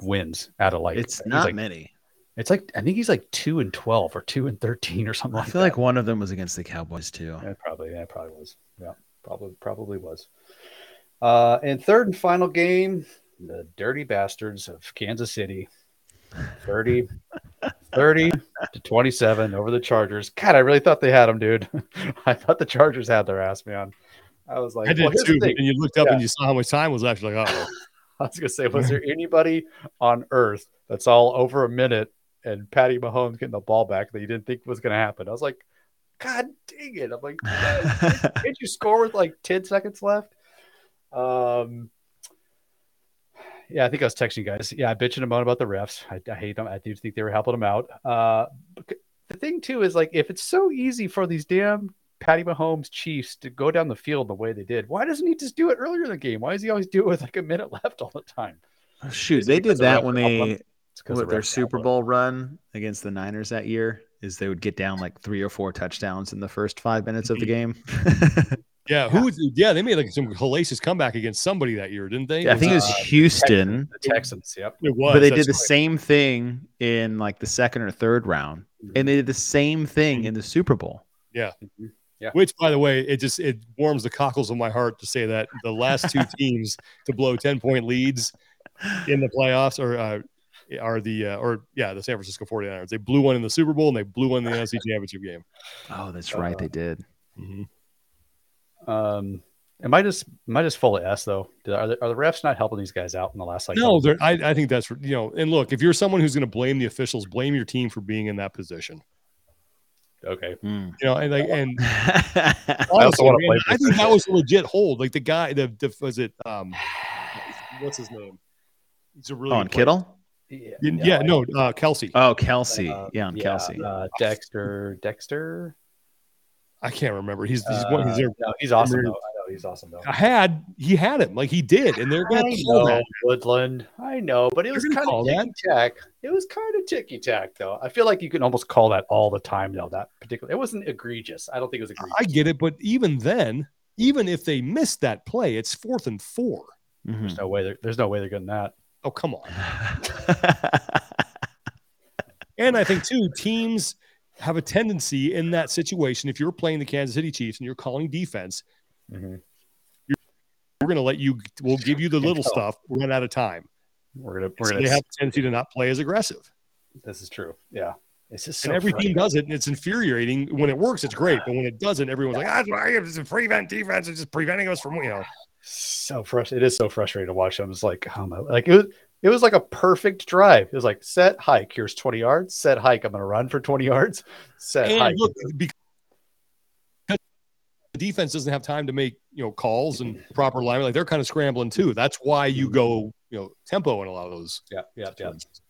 [SPEAKER 1] wins out of like
[SPEAKER 2] it's
[SPEAKER 1] he's
[SPEAKER 2] not
[SPEAKER 1] like,
[SPEAKER 2] many.
[SPEAKER 1] it's like I think he's like two and twelve or two and thirteen or something.
[SPEAKER 2] I
[SPEAKER 1] Like
[SPEAKER 2] feel
[SPEAKER 1] that.
[SPEAKER 2] like one of them was against the Cowboys too.
[SPEAKER 1] Yeah, probably. Yeah, it probably was. Yeah, probably probably was. Uh, and third and final game, the dirty bastards of Kansas City, 30, 30 to 27 over the Chargers. God, I really thought they had them, dude. I thought the Chargers had their ass, man. I was like,
[SPEAKER 3] I did
[SPEAKER 1] well, here's the
[SPEAKER 3] too.
[SPEAKER 1] thing.
[SPEAKER 3] And you looked up
[SPEAKER 1] Yeah.
[SPEAKER 3] and you saw how much time was actually like, oh,
[SPEAKER 1] I was gonna say, was there anybody on earth that's all over a minute and Patty Mahomes getting the ball back that you didn't think was gonna happen? I was like, God dang it. I'm like, Did you score with like 10 seconds left? Um, yeah, I think I was texting you guys. Yeah, I bitching and moan about the refs. I, I hate them. I do think they were helping them out. Uh, bec- the thing too is like, if it's so easy for these damn Patty Mahomes Chiefs to go down the field the way they did, why doesn't he just do it earlier in the game? Why does he always do it with like a minute left all the time?
[SPEAKER 2] Oh, Shoot,
[SPEAKER 1] It's
[SPEAKER 2] they
[SPEAKER 1] because
[SPEAKER 2] did
[SPEAKER 1] of
[SPEAKER 2] that
[SPEAKER 1] that
[SPEAKER 2] when
[SPEAKER 1] problem.
[SPEAKER 2] they
[SPEAKER 1] It's the
[SPEAKER 2] with their
[SPEAKER 1] refs
[SPEAKER 2] Super
[SPEAKER 1] help him.
[SPEAKER 2] Bowl run against the Niners that year. Is they would get down like three or four touchdowns in the first five minutes of the game.
[SPEAKER 3] yeah, who? Yeah, they made like some hellacious comeback against somebody that year, didn't they?
[SPEAKER 2] I think it was
[SPEAKER 1] uh,
[SPEAKER 2] Houston.
[SPEAKER 1] The Texans, yep.
[SPEAKER 3] It was.
[SPEAKER 2] but they
[SPEAKER 3] that's
[SPEAKER 2] did the
[SPEAKER 3] right.
[SPEAKER 2] same thing in like the second or third round, and they did the same thing in the Super Bowl.
[SPEAKER 3] Which, by the way, it just it warms the cockles of my heart to say that the last two teams to blow ten point leads in the playoffs are uh, are the uh, or yeah the San Francisco 49ers. They blew one in the Super Bowl and they blew one in the NFC Championship game.
[SPEAKER 2] Oh, that's right, they did.
[SPEAKER 1] Um, am I just am I just full of s though? Did, are, the, are the refs not helping these guys out in the last like?
[SPEAKER 3] No, they're- I, I think that's you know. And look, if you're someone who's going to blame the officials, blame your team for being in that position.
[SPEAKER 1] okay.
[SPEAKER 2] Mm.
[SPEAKER 3] You know, and like and
[SPEAKER 2] Oh,
[SPEAKER 1] I also wanna
[SPEAKER 3] man,
[SPEAKER 1] blame
[SPEAKER 3] I
[SPEAKER 1] the
[SPEAKER 3] think that
[SPEAKER 1] officials.
[SPEAKER 3] was a legit hold. Like the guy, the, the was it um, what's his name? He's a really
[SPEAKER 2] on
[SPEAKER 3] good player.
[SPEAKER 2] Kittle?
[SPEAKER 1] Yeah,
[SPEAKER 3] Yeah, no, uh, Kelsey.
[SPEAKER 2] Oh, Kelsey.
[SPEAKER 1] Uh,
[SPEAKER 2] yeah, on
[SPEAKER 1] yeah,
[SPEAKER 2] Kelsey.
[SPEAKER 1] Uh, Dexter, Dexter.
[SPEAKER 3] I can't remember. He's he's,
[SPEAKER 1] Uh,
[SPEAKER 3] one, he's their
[SPEAKER 1] no, he's awesome though.
[SPEAKER 3] Premier-
[SPEAKER 1] I know he's awesome though.
[SPEAKER 3] I had he had him like he did, and they're gonna
[SPEAKER 1] I know
[SPEAKER 3] call that.
[SPEAKER 1] Woodland. I know, but it
[SPEAKER 3] They're
[SPEAKER 1] was
[SPEAKER 3] gonna
[SPEAKER 1] kind
[SPEAKER 3] call
[SPEAKER 1] of
[SPEAKER 3] that.
[SPEAKER 1] ticky tack. It was kind of ticky tack though. I feel like you can almost call that all the time though. That particular, it wasn't egregious. I don't think it was egregious.
[SPEAKER 3] I get it, but even then, even if they missed that play, it's fourth and four.
[SPEAKER 2] Mhm.
[SPEAKER 1] there's
[SPEAKER 3] Hmm.
[SPEAKER 1] no way. they're- There's no way they're getting that.
[SPEAKER 3] Oh come on! And I think too, teams have a tendency in that situation. If you're playing the Kansas City Chiefs and you're calling defense,
[SPEAKER 1] Mm-hmm.
[SPEAKER 3] we're gonna let you. We'll give you the little
[SPEAKER 1] Tell.
[SPEAKER 3] stuff. We're running out of time.
[SPEAKER 1] We're gonna. We're
[SPEAKER 3] So
[SPEAKER 1] gonna.
[SPEAKER 3] they have a tendency to not play as aggressive.
[SPEAKER 1] this is true. Yeah. It's just so
[SPEAKER 3] and every
[SPEAKER 1] frustrating.
[SPEAKER 3] team does it, and it's infuriating. When it works, it's great, but when it doesn't, everyone's like, "Ah, it's a prevent defense. It's just preventing us from you know."
[SPEAKER 1] so frustrating. It is so frustrating to watch them. It's like, oh my, like it was, it was like a perfect drive. It was like set hike. Here's 20 yards. Set hike. I'm gonna run for 20 yards. Set hike.
[SPEAKER 3] And look, because the defense doesn't have time to make you know calls and proper alignment, like they're kind of scrambling too. That's why you go you know tempo in a lot of those.
[SPEAKER 1] yeah, yeah, yeah.
[SPEAKER 3] situations.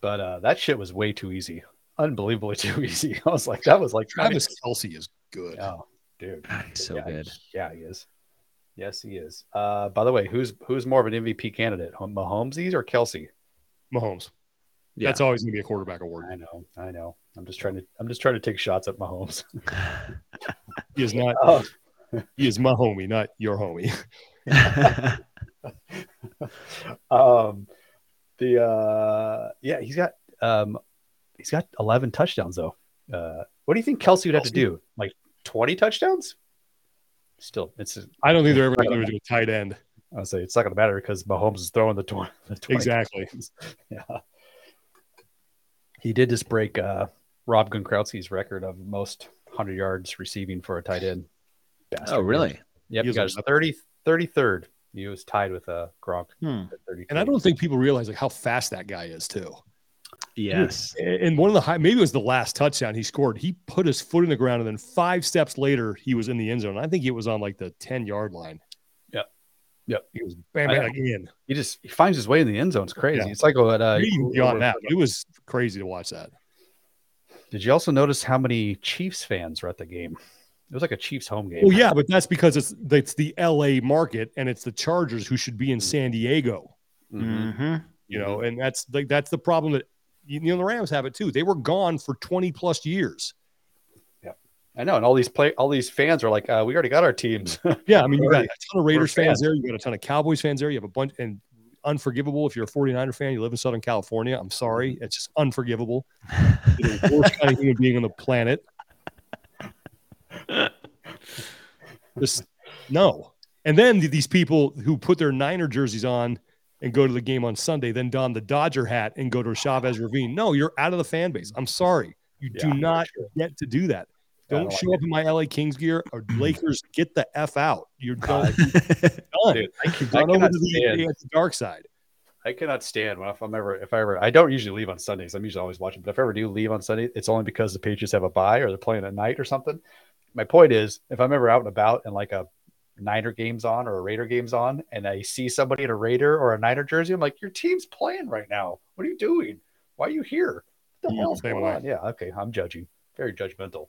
[SPEAKER 1] But uh, that shit was way too easy. Unbelievably too easy. I was like, that was like trying
[SPEAKER 3] Travis
[SPEAKER 1] to.
[SPEAKER 3] Kelsey is good.
[SPEAKER 1] Oh, dude.
[SPEAKER 2] God, Ah, he's so
[SPEAKER 1] yeah,
[SPEAKER 2] good.
[SPEAKER 1] Yeah, he is. Yes, he is. Uh, by the way, who's who's more of an MVP candidate, Mahomes or Kelsey?
[SPEAKER 3] Mahomes.
[SPEAKER 2] Yeah.
[SPEAKER 3] That's always gonna be a quarterback award.
[SPEAKER 1] I know, I know. I'm just trying to, I'm just trying to take shots at Mahomes.
[SPEAKER 3] He is not.
[SPEAKER 1] Oh,
[SPEAKER 3] He is my homie, not your homie.
[SPEAKER 1] um the uh yeah he's got um he's got 11 touchdowns though uh what do you think kelsey would have to
[SPEAKER 3] Kelsey?
[SPEAKER 1] do like 20 touchdowns still it's
[SPEAKER 3] I don't think they're ever gonna do a tight end.
[SPEAKER 1] i'll say it's not gonna matter because mahomes is throwing the 20, the 20
[SPEAKER 3] Exactly.
[SPEAKER 1] yeah he did just break uh rob Gronkowski's record of most 100 yards receiving for a tight end Bastard.
[SPEAKER 2] oh, really?
[SPEAKER 1] yep
[SPEAKER 3] He
[SPEAKER 1] he
[SPEAKER 3] is
[SPEAKER 1] got
[SPEAKER 3] a
[SPEAKER 1] his 30 33rd he was tied with uh gronk
[SPEAKER 2] Hmm.
[SPEAKER 1] at 32.
[SPEAKER 3] And I don't think people realize like how fast that guy is too.
[SPEAKER 2] Yes.
[SPEAKER 3] And one of the high, maybe it was the last touchdown he scored. He put his foot in the ground, and then five steps later, he was in the end zone. I think it was on like the ten yard line.
[SPEAKER 1] Yep. Yep.
[SPEAKER 3] He was bam,
[SPEAKER 1] I
[SPEAKER 3] bam
[SPEAKER 1] know.
[SPEAKER 3] like, in.
[SPEAKER 1] He just he finds his way in the end zone. It's crazy.
[SPEAKER 3] Yeah.
[SPEAKER 1] It's like what uh,
[SPEAKER 3] Maybe even beyond that, but
[SPEAKER 1] did
[SPEAKER 3] it was crazy to watch that.
[SPEAKER 1] uh, you also notice how many Chiefs fans were at the game? It was like a Chiefs home game.
[SPEAKER 3] Well, Oh, yeah, but that's because it's it's the L.A. market, and it's the Chargers who should be in San Diego.
[SPEAKER 1] Mhm.
[SPEAKER 2] Mm-hmm.
[SPEAKER 3] You know, and that's like that's the problem that you know the Rams have it too. They were gone for twenty plus years.
[SPEAKER 1] I know. And all these play all these fans are like, uh, we already got our teams.
[SPEAKER 3] Yeah, I mean, you got
[SPEAKER 1] Right.
[SPEAKER 3] a ton of Raiders
[SPEAKER 1] We're
[SPEAKER 3] fans there. You got a ton of Cowboys fans there. You have a bunch and unforgivable if you're a 49er fan. You live in Southern California. I'm sorry, it's just unforgivable. You're the worst kind of human being on the planet. Just no. And then th- these people who put their Niner jerseys on and go to the game on Sunday, then don the Dodger hat and go to a Chavez Ravine. No, you're out of the fan base. I'm sorry, you
[SPEAKER 1] Yeah,
[SPEAKER 3] do not get to do that.
[SPEAKER 1] Yeah, I
[SPEAKER 3] Don't
[SPEAKER 1] don't
[SPEAKER 3] show up in my LA Kings gear or Lakers. Get the f out. You're done. done.
[SPEAKER 1] Dude, I,
[SPEAKER 3] Back
[SPEAKER 1] cannot
[SPEAKER 3] over to the,
[SPEAKER 1] stand-
[SPEAKER 3] yeah, the dark side.
[SPEAKER 1] I cannot stand when if I'm ever if I ever I don't usually leave on Sundays. I'm usually always watching, but if I ever do leave on Sunday, it's only because the Patriots have a bye or they're playing at night or something. My point is, if I'm ever out and about and like a Niner game's on or a Raider game's on, and I see somebody in a Raider or a Niner jersey, I'm like, your team's playing right now. What are you doing? Why are you here? What the
[SPEAKER 3] Yeah,
[SPEAKER 1] hell is
[SPEAKER 3] Mm, same
[SPEAKER 1] going
[SPEAKER 3] way.
[SPEAKER 1] on? Yeah, okay, I'm judging. Very judgmental.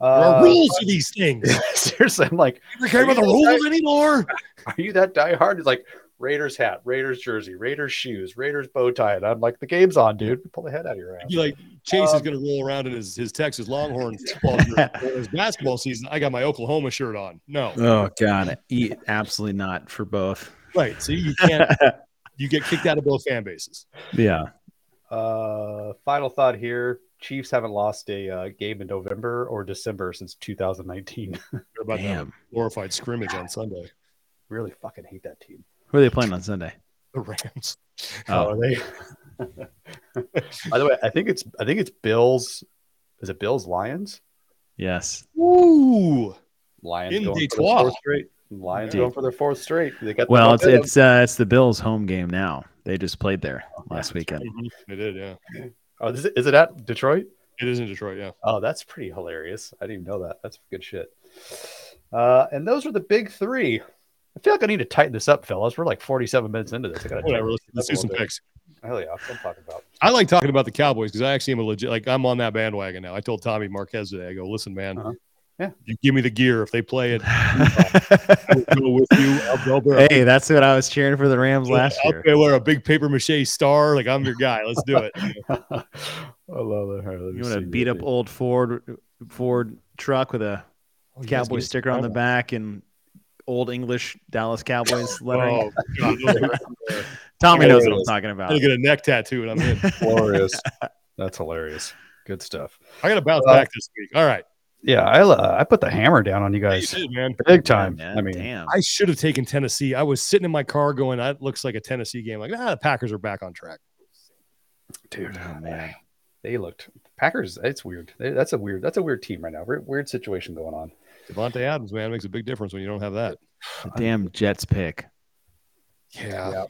[SPEAKER 3] There
[SPEAKER 1] Uh,
[SPEAKER 3] are rules to these things. You
[SPEAKER 1] seriously, I'm like,
[SPEAKER 3] don't care about the rules anymore.
[SPEAKER 1] are you that diehard? It's like Raiders hat, Raiders jersey, Raiders shoes, Raiders bow tie. And I'm like, the game's on, dude. Pull the head out of your ass.
[SPEAKER 3] Be like Chase is
[SPEAKER 1] Um,
[SPEAKER 3] going to roll around in his, his Texas Longhorns football shirt for his basketball season. I got my Oklahoma shirt on. No,
[SPEAKER 2] Oh God, E- absolutely not for both.
[SPEAKER 3] right. So you can't. You get kicked out of both fan bases.
[SPEAKER 2] Yeah.
[SPEAKER 1] Uh, final thought here Chiefs haven't lost a uh, game in November or December since 2019.
[SPEAKER 3] You're about to have
[SPEAKER 2] Damn.
[SPEAKER 3] a glorified scrimmage on Sunday.
[SPEAKER 1] really fucking hate that team.
[SPEAKER 2] Who are they playing on Sunday?
[SPEAKER 3] The Rams.
[SPEAKER 2] Oh,
[SPEAKER 1] are they? By the way, I think it's I think it's Bills. Is it Bills Lions?
[SPEAKER 2] yes.
[SPEAKER 3] Woo!
[SPEAKER 1] Lions
[SPEAKER 3] In
[SPEAKER 1] going for
[SPEAKER 3] Detroit.
[SPEAKER 1] their fourth straight. Lions
[SPEAKER 3] Yeah.
[SPEAKER 1] going for their fourth straight. They got the
[SPEAKER 2] Well, it's
[SPEAKER 1] momentum.
[SPEAKER 2] it's uh, it's the Bills' home game now. They just played there last weekend.
[SPEAKER 3] They did, Mm-hmm. yeah.
[SPEAKER 1] oh, is it, is it at Detroit?
[SPEAKER 3] It is in Detroit, yeah.
[SPEAKER 1] Oh, that's pretty hilarious. I didn't even know that. That's good shit. Uh, and those were the big three. I feel like I need to tighten this up, fellas. We're like 47 minutes into this. I gotta
[SPEAKER 3] Whatever.
[SPEAKER 1] tighten
[SPEAKER 3] Let's, let's
[SPEAKER 1] this
[SPEAKER 3] do
[SPEAKER 1] up a
[SPEAKER 3] some
[SPEAKER 1] little bit.
[SPEAKER 3] picks.
[SPEAKER 1] Hell yeah, that's what I'm talking about.
[SPEAKER 3] I like talking about the Cowboys because I actually am a legit like I'm on that bandwagon now. I told Tommy Marquez today, I go, listen, man,
[SPEAKER 1] Uh-huh. Yeah.
[SPEAKER 3] you give me the gear. If they play it, I'll go with you. I'll, I'll, wear,
[SPEAKER 2] hey, that's what I was cheering for the Rams last
[SPEAKER 3] I'll
[SPEAKER 2] year.
[SPEAKER 3] wear a big paper mache star. Like I'm your guy. Let's do it.
[SPEAKER 1] I love it. All right, let me
[SPEAKER 2] You want to
[SPEAKER 1] see
[SPEAKER 2] beat
[SPEAKER 1] that
[SPEAKER 2] up
[SPEAKER 1] thing.
[SPEAKER 2] old Ford Ford truck with a
[SPEAKER 3] Oh, you guys
[SPEAKER 2] cowboy
[SPEAKER 3] get it.
[SPEAKER 2] sticker on the back and old English Dallas Cowboys lettering.
[SPEAKER 3] Oh, God, those are-
[SPEAKER 2] Tommy
[SPEAKER 1] yeah,
[SPEAKER 2] knows
[SPEAKER 1] it
[SPEAKER 2] what I'm
[SPEAKER 1] is.
[SPEAKER 2] talking
[SPEAKER 3] I'm
[SPEAKER 2] about.
[SPEAKER 3] gonna get a neck tattoo and I'm in.
[SPEAKER 1] Glorious. that's hilarious. Good stuff.
[SPEAKER 3] I gotta bounce
[SPEAKER 1] Uh,
[SPEAKER 3] back this week. All right,
[SPEAKER 1] Yeah, I uh, I put the hammer down on you
[SPEAKER 3] Hey,
[SPEAKER 1] guys
[SPEAKER 3] dude, man.
[SPEAKER 1] big time.
[SPEAKER 2] Yeah, man,
[SPEAKER 1] I mean,
[SPEAKER 2] damn.
[SPEAKER 3] I should have taken Tennessee. I was sitting in my car going, "That looks like a Tennessee game." Like, ah, the Packers are back on track.
[SPEAKER 1] dude,
[SPEAKER 2] Oh, man.
[SPEAKER 1] they looked Packers. It's weird. They- that's a weird. That's a weird team right now. Weird, weird situation going on.
[SPEAKER 3] Devontae Adams, man, makes a big difference when you don't have that.
[SPEAKER 2] The damn Jets pick.
[SPEAKER 3] Yeah,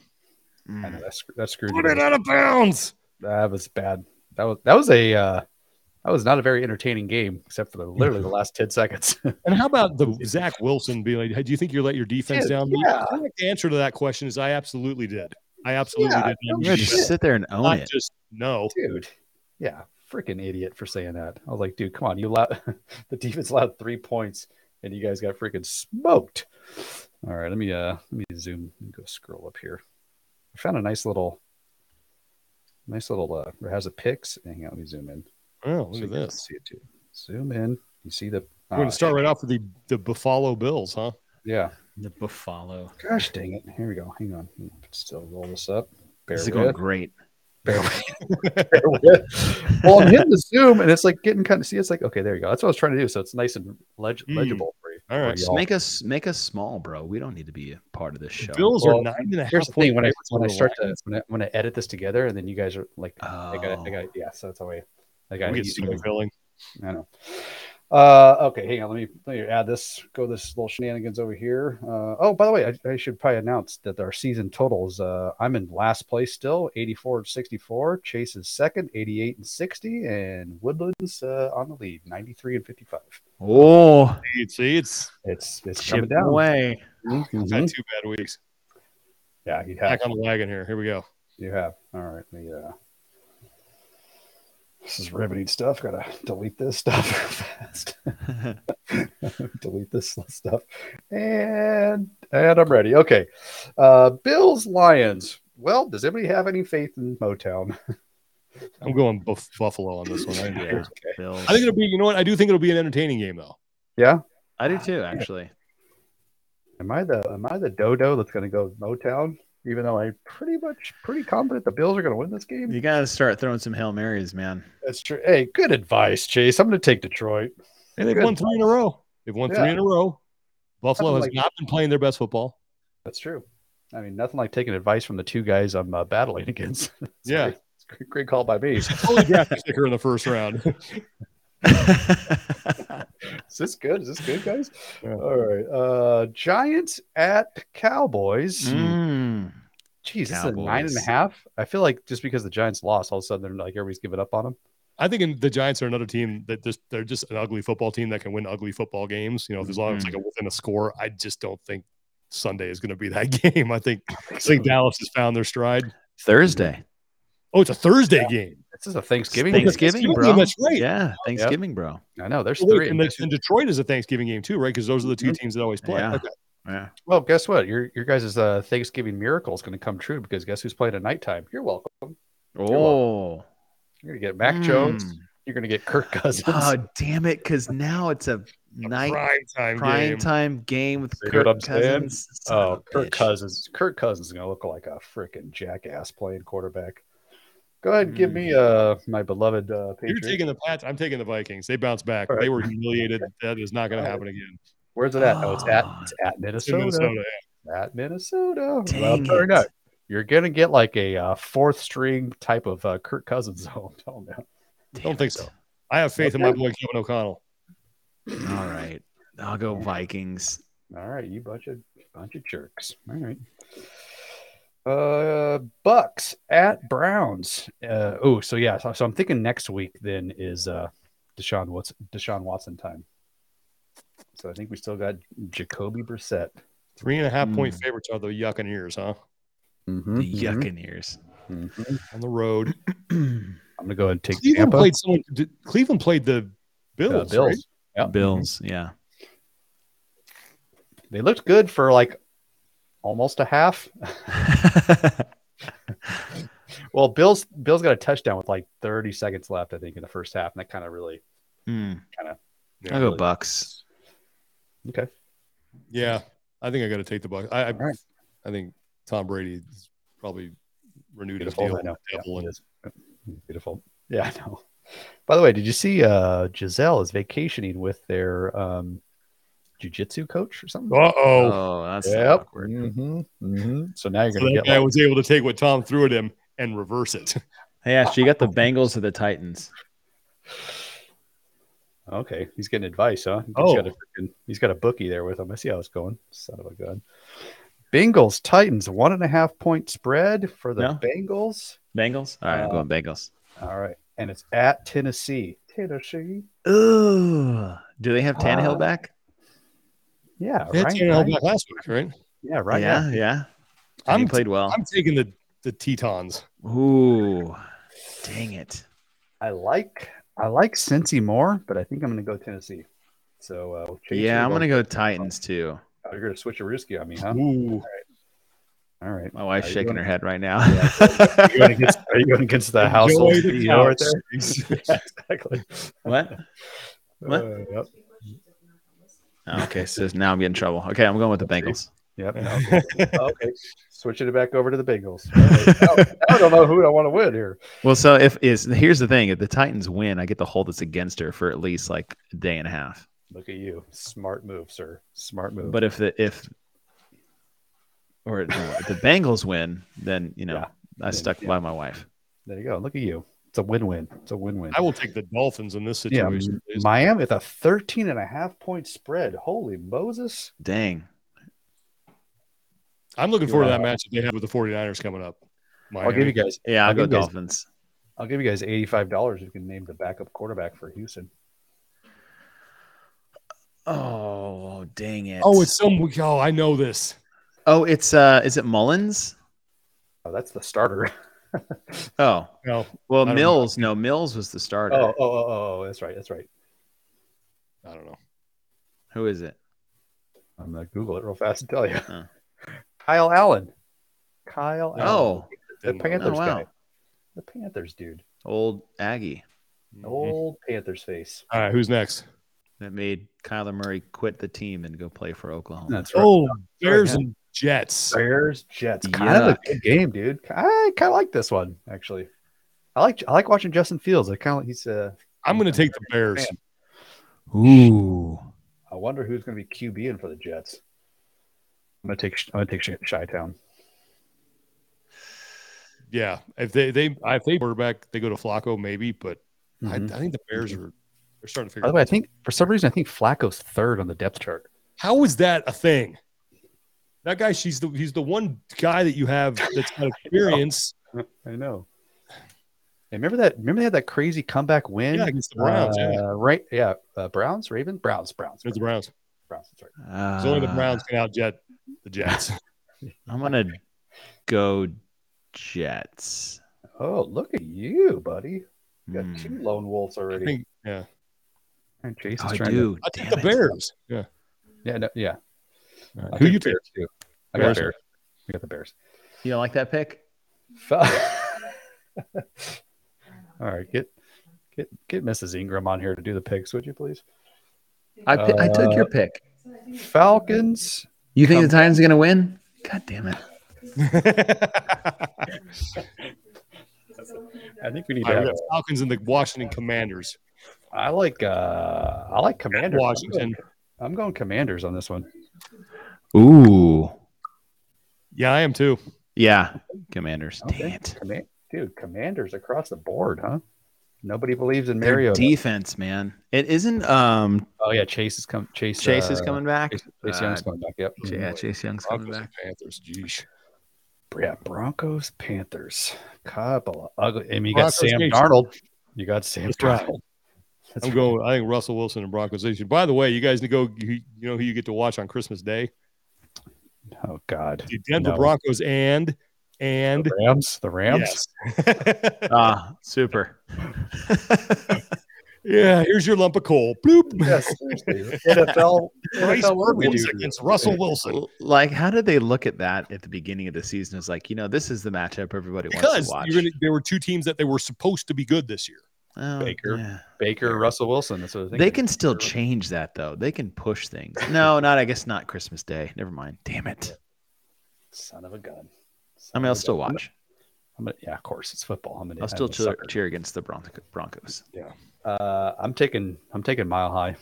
[SPEAKER 1] I
[SPEAKER 2] Mm.
[SPEAKER 1] know that, sc- that screwed.
[SPEAKER 3] put
[SPEAKER 1] me.
[SPEAKER 3] it out of bounds.
[SPEAKER 1] That was bad. That was that was a uh, that was not a very entertaining game, except for the, literally the last ten seconds.
[SPEAKER 3] And how about the Zach Wilson being like, hey, do you think you let your defense
[SPEAKER 1] Yeah,
[SPEAKER 3] down?
[SPEAKER 1] yeah.
[SPEAKER 3] I think the answer to that question is I absolutely did. I absolutely
[SPEAKER 1] Yeah,
[SPEAKER 3] did.
[SPEAKER 1] no
[SPEAKER 2] You gotta
[SPEAKER 1] shit.
[SPEAKER 2] just sit there and own
[SPEAKER 3] Not
[SPEAKER 2] it.
[SPEAKER 3] just no.
[SPEAKER 1] dude, yeah, freaking idiot for saying that. I was like, dude, come on, you allowed the defense allowed three points, and you guys got freaking smoked. All right, let me uh let me zoom and go scroll up here. I found a nice little, nice little uh, where it has a picks. Hang on, let me zoom in.
[SPEAKER 3] Oh, look
[SPEAKER 1] so
[SPEAKER 3] at
[SPEAKER 1] you can
[SPEAKER 3] this.
[SPEAKER 1] See it too. Zoom in. You see the.
[SPEAKER 3] We're going
[SPEAKER 1] Ah,
[SPEAKER 3] to start right off with the, the Buffalo Bills, huh?
[SPEAKER 1] Yeah.
[SPEAKER 2] The Buffalo.
[SPEAKER 1] Gosh dang it. Here we go. Hang on. Hmm. Still roll this up. Bear
[SPEAKER 2] This is
[SPEAKER 1] with.
[SPEAKER 2] going great.
[SPEAKER 1] Bear with. Bear with. Well, I'm hitting the zoom and it's like getting kind of see. It's like, okay, there you go. That's what I was trying to do. So it's nice and leg-
[SPEAKER 3] Hmm.
[SPEAKER 1] legible for you.
[SPEAKER 3] All right.
[SPEAKER 1] Yeah.
[SPEAKER 2] Just make us make us small, bro. We don't need to be a part of this show.
[SPEAKER 3] The Bills
[SPEAKER 1] Well,
[SPEAKER 3] are nine and a half.
[SPEAKER 1] Here's the thing when I
[SPEAKER 3] favorites
[SPEAKER 1] when I
[SPEAKER 3] over the
[SPEAKER 1] start to
[SPEAKER 3] Lions.
[SPEAKER 1] when I, when I edit this together and then you guys are like, I got it, I
[SPEAKER 2] Oh.
[SPEAKER 1] got it. Yeah, so that's how I, I got
[SPEAKER 3] we get
[SPEAKER 1] it.
[SPEAKER 3] so much feeling.
[SPEAKER 1] I know. Uh, okay, hang on. Let me, let me add this. Go this little shenanigans over here. Uh, oh, by the way, I, I should probably announce that our season totals. Uh, I'm in last place still, 84 and 64. Chase is second, 88 and 60, and Woodlands uh, on the lead, 93 and 55.
[SPEAKER 2] Oh,
[SPEAKER 3] You see, it's
[SPEAKER 1] It's it's coming
[SPEAKER 2] chip
[SPEAKER 1] down.
[SPEAKER 2] away.
[SPEAKER 1] Mhm.
[SPEAKER 3] not two bad weeks.
[SPEAKER 1] Yeah, you have.
[SPEAKER 3] Back on the wagon here. Here we go.
[SPEAKER 1] You have. All right. Yeah. This is riveting stuff. Gotta delete this stuff fast. delete this stuff. And and I'm ready. Okay. Uh Bills Lions. Well, does anybody have any faith in Motown?
[SPEAKER 3] I'm going buff- Buffalo on this one. I, yeah.
[SPEAKER 2] Bills.
[SPEAKER 3] I think it'll be. You know what? I do think it'll be an entertaining game though.
[SPEAKER 1] Yeah.
[SPEAKER 2] I do too, actually.
[SPEAKER 1] Am I the am I the dodo that's gonna go Motown? Even though I'm pretty much pretty confident the Bills are gonna win this game.
[SPEAKER 2] You gotta start throwing some hail marys, man.
[SPEAKER 1] That's true. Hey, good advice, Chase. I'm gonna take Detroit.
[SPEAKER 3] And they've
[SPEAKER 1] Good.
[SPEAKER 3] won three in a row. They've won
[SPEAKER 1] Yeah.
[SPEAKER 3] three in a row. Buffalo
[SPEAKER 1] Something like
[SPEAKER 3] has not been playing their best football.
[SPEAKER 1] That's true. I mean, nothing like taking advice from the two guys I'm uh, battling against. It's
[SPEAKER 3] Yeah.
[SPEAKER 1] great- it's great, great call by me.
[SPEAKER 3] Only draft sticker in the first round.
[SPEAKER 2] Mm.
[SPEAKER 1] Is this good? Is this good, guys?
[SPEAKER 3] Yeah.
[SPEAKER 1] All right. Uh, Giants at Cowboys.
[SPEAKER 2] Mm.
[SPEAKER 1] Jeez, this is a nine and a
[SPEAKER 2] Cowboys.
[SPEAKER 1] half. I feel like just because the Giants lost, all of a sudden they're like everybody's giving up on them.
[SPEAKER 3] I think in- the Giants are another team that just they're just an ugly football team that can win ugly football games. You know, as long as it's like
[SPEAKER 1] Mm-hmm.
[SPEAKER 3] a within a score, I just don't think Sunday is going to be that game. I think I think Dallas has found their stride.
[SPEAKER 2] Thursday.
[SPEAKER 3] Oh, it's a Thursday game.
[SPEAKER 1] This is a Thanksgiving. game.
[SPEAKER 2] Thanksgiving,
[SPEAKER 3] Thanksgiving,
[SPEAKER 2] bro.
[SPEAKER 3] that's right.
[SPEAKER 2] Yeah, Thanksgiving, bro.
[SPEAKER 1] I know. There's
[SPEAKER 3] Oh, wait,
[SPEAKER 1] three. Mm-hmm.
[SPEAKER 3] and, the- and Detroit is a Thanksgiving game too, right? Because those are the 2 teams that always play.
[SPEAKER 2] Yeah.
[SPEAKER 3] Okay.
[SPEAKER 2] Yeah.
[SPEAKER 1] well, guess what? Your your guys' uh, Thanksgiving miracle is going to come true because guess who's playing at nighttime? You're welcome.
[SPEAKER 2] Oh,
[SPEAKER 1] You're going to get Mac Jones.
[SPEAKER 2] Mm.
[SPEAKER 1] You're going to get Kirk Cousins.
[SPEAKER 2] Oh, damn it! Because now it's a night
[SPEAKER 3] Prime time
[SPEAKER 2] prime
[SPEAKER 3] game.
[SPEAKER 2] time game with
[SPEAKER 1] See what I'm
[SPEAKER 2] Kirk
[SPEAKER 1] saying?
[SPEAKER 2] Cousins. Son of
[SPEAKER 1] Oh,
[SPEAKER 2] a
[SPEAKER 1] Kirk
[SPEAKER 2] bitch.
[SPEAKER 1] Cousins. Kirk Cousins is going to look like a freaking jackass playing quarterback. Go ahead
[SPEAKER 2] Mm.
[SPEAKER 1] and give me uh my beloved uh,
[SPEAKER 3] You're
[SPEAKER 1] Patriots.
[SPEAKER 3] taking the Pats. I'm taking the Vikings. They bounce back.
[SPEAKER 1] All right.
[SPEAKER 3] They were humiliated. That is not going
[SPEAKER 1] All
[SPEAKER 3] to
[SPEAKER 1] right. uh,
[SPEAKER 3] happen again.
[SPEAKER 1] Where's it at? Oh, it's at it's at
[SPEAKER 3] It's in
[SPEAKER 1] Minnesota.
[SPEAKER 3] Minnesota.
[SPEAKER 1] At Minnesota.
[SPEAKER 2] Dang
[SPEAKER 1] Well, fair
[SPEAKER 2] it.
[SPEAKER 1] enough. You're going to get like a uh, fourth string type of uh, Kirk Cousins. Oh, I'm telling you.
[SPEAKER 2] Damn
[SPEAKER 3] Don't think
[SPEAKER 2] it.
[SPEAKER 3] so. I have faith in my boy Kevin O'Connell.
[SPEAKER 2] All right, I'll
[SPEAKER 1] Mm-hmm.
[SPEAKER 2] go Vikings.
[SPEAKER 1] All right, you bunch of bunch of jerks. All right. Uh, Bucks at Browns. Uh, oh, so yeah, so, so I'm thinking next week then is uh Deshaun Watson Deshaun Watson time. So I think we still got Jacoby Brissett.
[SPEAKER 3] Three and a half point
[SPEAKER 1] Mm.
[SPEAKER 2] Hmm.
[SPEAKER 3] favorites are the Yuccaneers, huh?
[SPEAKER 1] Mm-hmm,
[SPEAKER 2] The Yuccaneers.
[SPEAKER 3] On the road.
[SPEAKER 1] I'm gonna go ahead and take
[SPEAKER 3] Cleveland
[SPEAKER 1] Tampa.
[SPEAKER 3] played, someone, did, Cleveland played the
[SPEAKER 1] Uh,
[SPEAKER 3] Bills.
[SPEAKER 1] Bills.
[SPEAKER 3] right?
[SPEAKER 1] Yeah.
[SPEAKER 2] Bills. Yeah.
[SPEAKER 1] They looked good for like almost a half. Well, Bills Bills got a touchdown with like 30 seconds left, I think, in the first half, and that kind of really
[SPEAKER 2] Hmm.
[SPEAKER 3] Yeah.
[SPEAKER 2] I'll go Bucks.
[SPEAKER 1] okay.
[SPEAKER 3] Yeah, I think I got to take the Bucks. I, I,
[SPEAKER 1] right.
[SPEAKER 3] I think Tom Brady is probably renewed his
[SPEAKER 1] Beautiful.
[SPEAKER 3] deal.
[SPEAKER 1] I
[SPEAKER 3] with
[SPEAKER 1] know.
[SPEAKER 3] the devil
[SPEAKER 1] Yeah,
[SPEAKER 3] and-
[SPEAKER 1] it is. Beautiful. Yeah, I know. By the way, did you see uh, Giselle is vacationing with their um, jujitsu coach or something?
[SPEAKER 3] Uh-oh.
[SPEAKER 1] Uh,
[SPEAKER 2] Oh, that's
[SPEAKER 1] Yep. Mm-hmm.
[SPEAKER 2] awkward.
[SPEAKER 1] So now you're
[SPEAKER 3] So
[SPEAKER 1] going to
[SPEAKER 3] that
[SPEAKER 1] get
[SPEAKER 3] guy
[SPEAKER 1] like,
[SPEAKER 3] was able to take what Tom threw at him and reverse it.
[SPEAKER 2] Hey, Ash, you got the Bengals or the Titans?
[SPEAKER 1] okay, he's getting advice, huh? He's
[SPEAKER 3] Oh.
[SPEAKER 1] got a freaking, he's got a bookie there with him. I see how it's going. Son of a gun. Bengals Titans one and a half point spread for the
[SPEAKER 2] No.
[SPEAKER 1] Bengals.
[SPEAKER 2] Bengals. All right, I'm
[SPEAKER 1] Uh,
[SPEAKER 2] going Bengals.
[SPEAKER 1] All right, and it's at Tennessee. Tennessee.
[SPEAKER 2] Ooh, do they have Tannehill
[SPEAKER 1] Uh,
[SPEAKER 2] back?
[SPEAKER 1] Yeah,
[SPEAKER 3] They had
[SPEAKER 1] right.
[SPEAKER 3] Tannehill
[SPEAKER 1] right.
[SPEAKER 3] back last week, right?
[SPEAKER 1] Yeah, right.
[SPEAKER 2] Yeah,
[SPEAKER 1] now.
[SPEAKER 2] yeah. And
[SPEAKER 3] I'm
[SPEAKER 2] he played well.
[SPEAKER 3] I'm taking the the Tetons.
[SPEAKER 2] Ooh, dang it.
[SPEAKER 1] I like I like Cincy more, but I think I'm going to go Tennessee. So uh, Chase,
[SPEAKER 2] yeah,
[SPEAKER 1] you're
[SPEAKER 2] I'm gonna go Titans too.
[SPEAKER 1] Oh, you're going to switch a risky on me, huh?
[SPEAKER 3] Ooh,
[SPEAKER 1] All right.
[SPEAKER 2] My wife's
[SPEAKER 1] Are you
[SPEAKER 2] shaking
[SPEAKER 1] gonna-
[SPEAKER 2] her head right now.
[SPEAKER 1] You're going against, are you going against the household
[SPEAKER 3] Enjoy the
[SPEAKER 1] CEO right
[SPEAKER 3] couch.
[SPEAKER 1] there? Yeah, exactly.
[SPEAKER 2] what? What?
[SPEAKER 1] Uh, yep.
[SPEAKER 2] Oh, okay, so now I'm getting in trouble. Okay, I'm going with the Bengals.
[SPEAKER 1] Yep. no. "Oh, okay. Switching it back over to the Bengals. All right. Now- now "Oh, I don't know who I want to win here.
[SPEAKER 2] Well, so if is here's the thing: if the Titans win, I get to hold this against her for at least like a day and a half.
[SPEAKER 1] Look at you. Smart move, sir. Smart move.
[SPEAKER 2] But if the if or no, if the Bengals win, then you know
[SPEAKER 1] Yeah.
[SPEAKER 2] I stuck
[SPEAKER 1] Yeah.
[SPEAKER 2] by my wife.
[SPEAKER 1] there you go. Look at you. It's a win-win. It's a win-win.
[SPEAKER 3] I will take the Dolphins in this
[SPEAKER 1] Yeah,
[SPEAKER 3] situation. It's-
[SPEAKER 1] Miami with a 13 and a half point spread. Holy Moses.
[SPEAKER 2] Dang.
[SPEAKER 3] I'm looking forward to that
[SPEAKER 1] Wow.
[SPEAKER 3] matchup they have with the 49ers coming up.
[SPEAKER 1] I'll give you guys
[SPEAKER 2] Yeah, I'll
[SPEAKER 1] I'll
[SPEAKER 2] go
[SPEAKER 1] give you guys-
[SPEAKER 2] Dolphins.
[SPEAKER 1] I'll give you guys $85 if you can name the backup quarterback for Houston.
[SPEAKER 2] Oh, dang it.
[SPEAKER 3] Oh, it's some. Oh, I know this.
[SPEAKER 2] oh, it's uh, is it Mullins?
[SPEAKER 1] Oh, that's the starter.
[SPEAKER 2] Oh,
[SPEAKER 3] No,
[SPEAKER 2] well,
[SPEAKER 3] I don't know.
[SPEAKER 2] Mills. No, Mills was the starter.
[SPEAKER 1] Oh, oh, oh, oh, that's right. That's right.
[SPEAKER 3] I don't know.
[SPEAKER 2] Who is it? Oh.
[SPEAKER 1] I'm gonna Google it real fast and tell you.
[SPEAKER 2] Huh.
[SPEAKER 1] Kyle Allen. Kyle Allen.
[SPEAKER 2] Oh,
[SPEAKER 1] the
[SPEAKER 3] Didn't know
[SPEAKER 1] Panthers
[SPEAKER 2] Oh, wow.
[SPEAKER 1] guy. The Panthers dude.
[SPEAKER 2] old Aggie
[SPEAKER 3] that.
[SPEAKER 1] Oh. Old Panthers face.
[SPEAKER 3] All right, who's next?
[SPEAKER 2] that made Kyler Murray quit the team and go play for Oklahoma.
[SPEAKER 1] That's
[SPEAKER 3] Oh, Bears
[SPEAKER 1] yeah.
[SPEAKER 3] and Jets.
[SPEAKER 1] Bears Jets. Kind of a
[SPEAKER 2] Yuck.
[SPEAKER 1] good game, dude. I kind of like this one actually. I like I like watching Justin Fields. I kind of he's uh
[SPEAKER 3] I'm going to take the Bears.
[SPEAKER 2] Ooh.
[SPEAKER 1] I wonder who's going to be QBing for the Jets. I'm gonna take I'm gonna take Chi Town.
[SPEAKER 3] Yeah, if they they if they quarterback, they go to Flacco maybe, but I, I think the Bears are they're starting to figure.
[SPEAKER 1] Mm-hmm. By the way, I think for some reason I think Flacco's third on the depth chart.
[SPEAKER 3] How is that a thing? That guy, she's the he's the one guy that you have that's got experience.
[SPEAKER 1] I know. And remember that? Remember they had that crazy comeback win.
[SPEAKER 3] yeah, against the Browns.
[SPEAKER 1] Uh,
[SPEAKER 3] yeah,
[SPEAKER 1] Right? Yeah. Uh, Browns, Raven, Browns, Browns,
[SPEAKER 3] against
[SPEAKER 1] Browns,
[SPEAKER 3] the Browns.
[SPEAKER 1] Browns. Sorry.
[SPEAKER 2] Uh,
[SPEAKER 3] It's only the Browns can outjet the Jets.
[SPEAKER 2] I'm gonna go Jets.
[SPEAKER 1] Oh, look at you, buddy. You got
[SPEAKER 2] Hmm.
[SPEAKER 1] two lone wolves
[SPEAKER 3] I
[SPEAKER 1] already.
[SPEAKER 3] think. Yeah,
[SPEAKER 1] and Chase
[SPEAKER 2] Oh,
[SPEAKER 1] is
[SPEAKER 2] I
[SPEAKER 1] trying
[SPEAKER 2] do.
[SPEAKER 3] I
[SPEAKER 2] Damn
[SPEAKER 3] take the
[SPEAKER 2] it.
[SPEAKER 3] Bears. Yeah.
[SPEAKER 1] to. Yeah. No, yeah. I
[SPEAKER 3] Who you take?
[SPEAKER 1] Bears too. I got
[SPEAKER 3] Bears.
[SPEAKER 1] Bears. I got the Bears.
[SPEAKER 2] You don't like that pick?
[SPEAKER 1] Fel- All right, get get get Mrs. Ingram on here to do the picks, would you please?
[SPEAKER 2] I pi- I took
[SPEAKER 1] Uh,
[SPEAKER 2] your pick.
[SPEAKER 1] Falcons.
[SPEAKER 2] You think
[SPEAKER 1] come-
[SPEAKER 2] the Titans are gonna win? God damn it!
[SPEAKER 1] I think we need
[SPEAKER 3] All
[SPEAKER 1] to.
[SPEAKER 3] right, we
[SPEAKER 1] Have,
[SPEAKER 3] got Falcons and the Washington Commanders.
[SPEAKER 1] I like uh I like Commanders.
[SPEAKER 3] Washington.
[SPEAKER 1] I'm going Commanders on this one.
[SPEAKER 2] Ooh.
[SPEAKER 3] Yeah, I am too.
[SPEAKER 2] Yeah. Commanders. Dang
[SPEAKER 1] Okay.
[SPEAKER 2] it.
[SPEAKER 1] Command, dude, Commanders across the board, huh? Nobody believes in
[SPEAKER 2] Their
[SPEAKER 1] Mariota.
[SPEAKER 2] defense, man. It isn't. Um,
[SPEAKER 1] Oh yeah, Chase is coming. Chase
[SPEAKER 2] Chase is
[SPEAKER 1] uh,
[SPEAKER 2] coming back.
[SPEAKER 1] Chase, Chase Young's coming back. Yep.
[SPEAKER 2] Uh, yeah, Chase Young's coming
[SPEAKER 3] Broncos
[SPEAKER 2] back.
[SPEAKER 3] and Panthers. Jeez.
[SPEAKER 1] Yeah, Broncos, Panthers, couple of ugly. I mean, you
[SPEAKER 3] Broncos,
[SPEAKER 1] got Sam
[SPEAKER 3] Chiefs.
[SPEAKER 1] Darnold. You got Sam
[SPEAKER 3] That's right.
[SPEAKER 1] Darnold. That's
[SPEAKER 3] I'm going. I think Russell Wilson and Broncos. They should- By the way, you guys go. You, you know who you get to watch on Christmas Day?
[SPEAKER 1] right. Oh God,
[SPEAKER 3] The Denver
[SPEAKER 1] No.
[SPEAKER 3] Broncos and and
[SPEAKER 1] the Rams, the Rams.
[SPEAKER 3] yes.
[SPEAKER 2] Ah, super.
[SPEAKER 3] yeah. Here's your lump of coal. Bloop.
[SPEAKER 1] Yes, seriously. NFL.
[SPEAKER 3] Bryce
[SPEAKER 1] NFL what do we
[SPEAKER 3] Perkins
[SPEAKER 1] do?
[SPEAKER 3] against Russell Wilson.
[SPEAKER 2] L- like, how did they look at that at the beginning of the season? It's like, you know, this is the matchup everybody wants
[SPEAKER 3] Because
[SPEAKER 2] to watch.
[SPEAKER 3] you're gonna, there were two teams that they were supposed to be good this year.
[SPEAKER 2] Oh,
[SPEAKER 1] Baker.
[SPEAKER 2] yeah.
[SPEAKER 1] Baker, Russell Wilson. That's what I think.
[SPEAKER 2] They can still change that though. They can push things. No, not I guess not Christmas Day. Never mind. Damn it.
[SPEAKER 1] Son of a gun. Son
[SPEAKER 2] I mean,
[SPEAKER 1] of
[SPEAKER 2] I'll
[SPEAKER 1] a
[SPEAKER 2] still
[SPEAKER 1] gun.
[SPEAKER 2] watch.
[SPEAKER 1] I'm gonna, yeah, of course, it's football. I'm gonna.
[SPEAKER 2] I'll still
[SPEAKER 1] I'm a
[SPEAKER 2] cheer,
[SPEAKER 1] sucker.
[SPEAKER 2] cheer against the Bronco, Broncos.
[SPEAKER 1] Uh, I'm taking. I'm taking Mile High.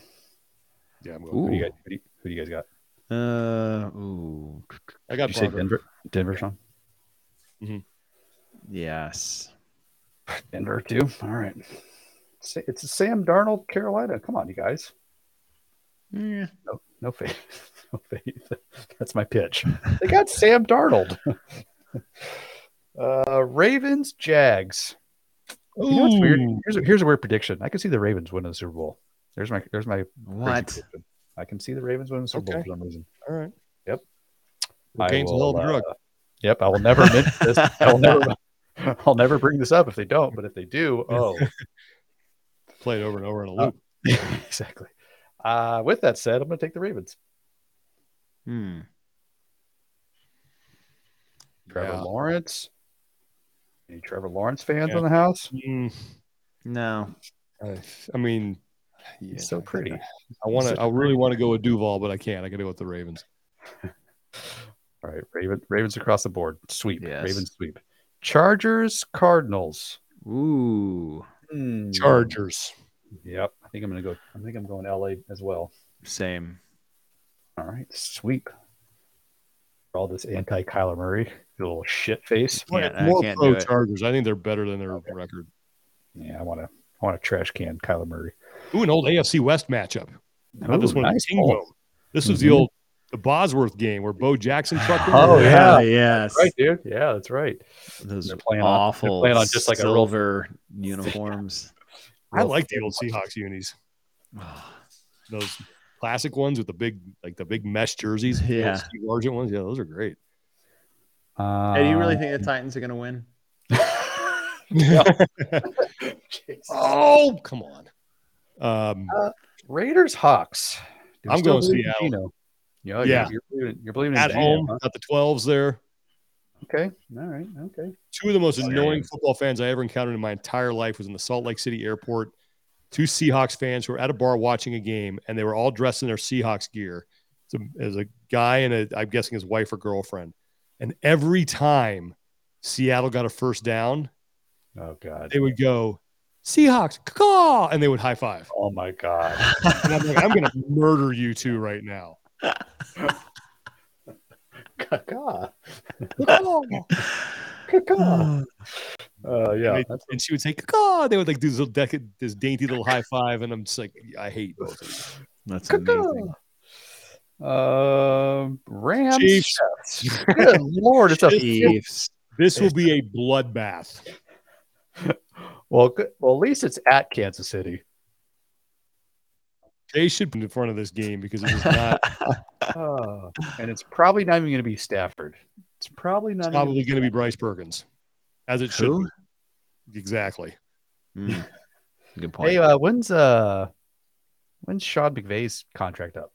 [SPEAKER 3] Yeah, I'm
[SPEAKER 1] Who
[SPEAKER 2] Ooh.
[SPEAKER 3] going.
[SPEAKER 1] do you guys? Who do you, who do you guys got?
[SPEAKER 2] Uh, ooh.
[SPEAKER 3] I
[SPEAKER 1] Did
[SPEAKER 3] got
[SPEAKER 1] you say
[SPEAKER 3] Broncos.
[SPEAKER 1] Denver? Denver, Sean?
[SPEAKER 2] Yes.
[SPEAKER 1] Denver too. All right. Sa- It's Sam Darnold, Carolina. Come on, you guys.
[SPEAKER 2] Yeah.
[SPEAKER 1] No, no faith. No faith. That's my pitch. They got Sam Darnold. Uh, Ravens, Jags. You know what's weird?
[SPEAKER 3] Ooh.
[SPEAKER 1] Here's a, here's a weird prediction. I can see the Ravens winning the Super Bowl. There's my there's my crazy
[SPEAKER 2] What?
[SPEAKER 1] prediction. I can see the Ravens winning the Super Bowl
[SPEAKER 3] Okay.
[SPEAKER 1] for some reason.
[SPEAKER 3] All right.
[SPEAKER 1] Yep.
[SPEAKER 3] Well,
[SPEAKER 1] I
[SPEAKER 3] Game's a
[SPEAKER 1] will,
[SPEAKER 3] hell of a
[SPEAKER 1] uh,
[SPEAKER 3] drug.
[SPEAKER 1] Yep, I will never mention this. I will never. I'll never bring this up if they don't. But if they do, oh,
[SPEAKER 3] Played over and over in a
[SPEAKER 1] Uh,
[SPEAKER 3] loop.
[SPEAKER 1] exactly. Uh, with that said, I'm going to take the Ravens.
[SPEAKER 2] Hmm.
[SPEAKER 1] Trevor
[SPEAKER 3] Yeah.
[SPEAKER 1] Lawrence. Any Trevor Lawrence fans
[SPEAKER 3] Yeah.
[SPEAKER 1] in the house?
[SPEAKER 3] Mm,
[SPEAKER 2] No.
[SPEAKER 3] I, I mean, yeah.
[SPEAKER 1] Uh, He's so pretty.
[SPEAKER 3] I want to. I really want to go with Duval, but I can't. I got to go with the Ravens.
[SPEAKER 1] All right, Raven, Ravens across the board. Sweep.
[SPEAKER 2] Yes.
[SPEAKER 1] Ravens sweep. Chargers, Cardinals.
[SPEAKER 2] Ooh.
[SPEAKER 1] Hmm.
[SPEAKER 3] Chargers.
[SPEAKER 1] Yep. I think I'm going to go. I think I'm going LA as well.
[SPEAKER 2] Same.
[SPEAKER 1] All right, sweep. For all this anti Kyler Murray, you little shit face.
[SPEAKER 2] Can't- I
[SPEAKER 3] more
[SPEAKER 2] can't do
[SPEAKER 3] pro
[SPEAKER 2] it.
[SPEAKER 3] Chargers. I think they're better than their record.
[SPEAKER 1] Yeah, I want to. I want a trash can Kyler Murray.
[SPEAKER 3] Ooh, an old AFC West matchup. How about this
[SPEAKER 1] Ooh,
[SPEAKER 3] one?
[SPEAKER 1] nice
[SPEAKER 3] Tingo.
[SPEAKER 1] ball.
[SPEAKER 3] This was the
[SPEAKER 2] Mhm.
[SPEAKER 3] old the Bosworth game where Bo Jackson trucked him.
[SPEAKER 1] Oh, yeah.
[SPEAKER 2] yes.
[SPEAKER 1] Right, dude. Yeah, that's right.
[SPEAKER 2] Those
[SPEAKER 1] They're playing on- they're
[SPEAKER 2] awful
[SPEAKER 1] playing on just like a real-
[SPEAKER 2] silver uniforms.
[SPEAKER 3] I like the old Seahawks unis.
[SPEAKER 2] Oh,
[SPEAKER 3] Those classic ones with the big like the big mesh jerseys. those
[SPEAKER 2] Yeah.
[SPEAKER 3] Largent ones. Yeah, those are great.
[SPEAKER 1] Uh,
[SPEAKER 2] hey, do you really think the Titans are going to win?
[SPEAKER 3] Oh, come on. Um,
[SPEAKER 1] Raiders Hawks? Do you
[SPEAKER 3] I'm
[SPEAKER 1] still
[SPEAKER 3] going
[SPEAKER 1] believe in
[SPEAKER 3] Seattle.
[SPEAKER 1] Geno? Yeah,
[SPEAKER 3] Yeah.
[SPEAKER 1] You're, you're believing, you're believing in
[SPEAKER 3] at
[SPEAKER 1] Geno,
[SPEAKER 3] home,
[SPEAKER 1] huh?
[SPEAKER 3] got the 12s there.
[SPEAKER 1] Okay. All right. Okay.
[SPEAKER 3] Two of the most
[SPEAKER 2] Yeah.
[SPEAKER 3] annoying football fans I ever encountered in my entire life was in the Salt Lake City airport. Two Seahawks fans who were at a bar watching a game, and they were all dressed in their Seahawks gear. So, as a guy and a, I'm guessing his wife or girlfriend. And every time Seattle got a first down,
[SPEAKER 1] Oh God.
[SPEAKER 3] they would go Seahawks, caw, and they would high five.
[SPEAKER 1] Oh my God.
[SPEAKER 3] And I'm like, I'm going to murder you two right now.
[SPEAKER 1] Caca.
[SPEAKER 3] Caw.
[SPEAKER 2] Oh,
[SPEAKER 1] Caca. Uh, yeah.
[SPEAKER 3] Right. and she would say caw. and They would like do this little deca- this dainty little high five, and I'm just like, I hate both. Of you.
[SPEAKER 2] That's amazing.
[SPEAKER 1] Caca. Um, Rams.
[SPEAKER 3] Chiefs.
[SPEAKER 1] Chiefs. Good Lord, it's a
[SPEAKER 2] Chiefs.
[SPEAKER 3] This will be a bloodbath.
[SPEAKER 1] well. Good, well, at least it's at Kansas City.
[SPEAKER 3] They should be in front of this game because it is not
[SPEAKER 1] Oh, and it's probably not even going to be Stafford. It's probably
[SPEAKER 3] it's
[SPEAKER 1] not. even-
[SPEAKER 3] probably going to be Bryce Perkins, as it should.
[SPEAKER 2] Who?
[SPEAKER 3] Be. Exactly.
[SPEAKER 2] Mm. Good point.
[SPEAKER 1] Hey, uh, when's uh, when's Sean McVay's contract up?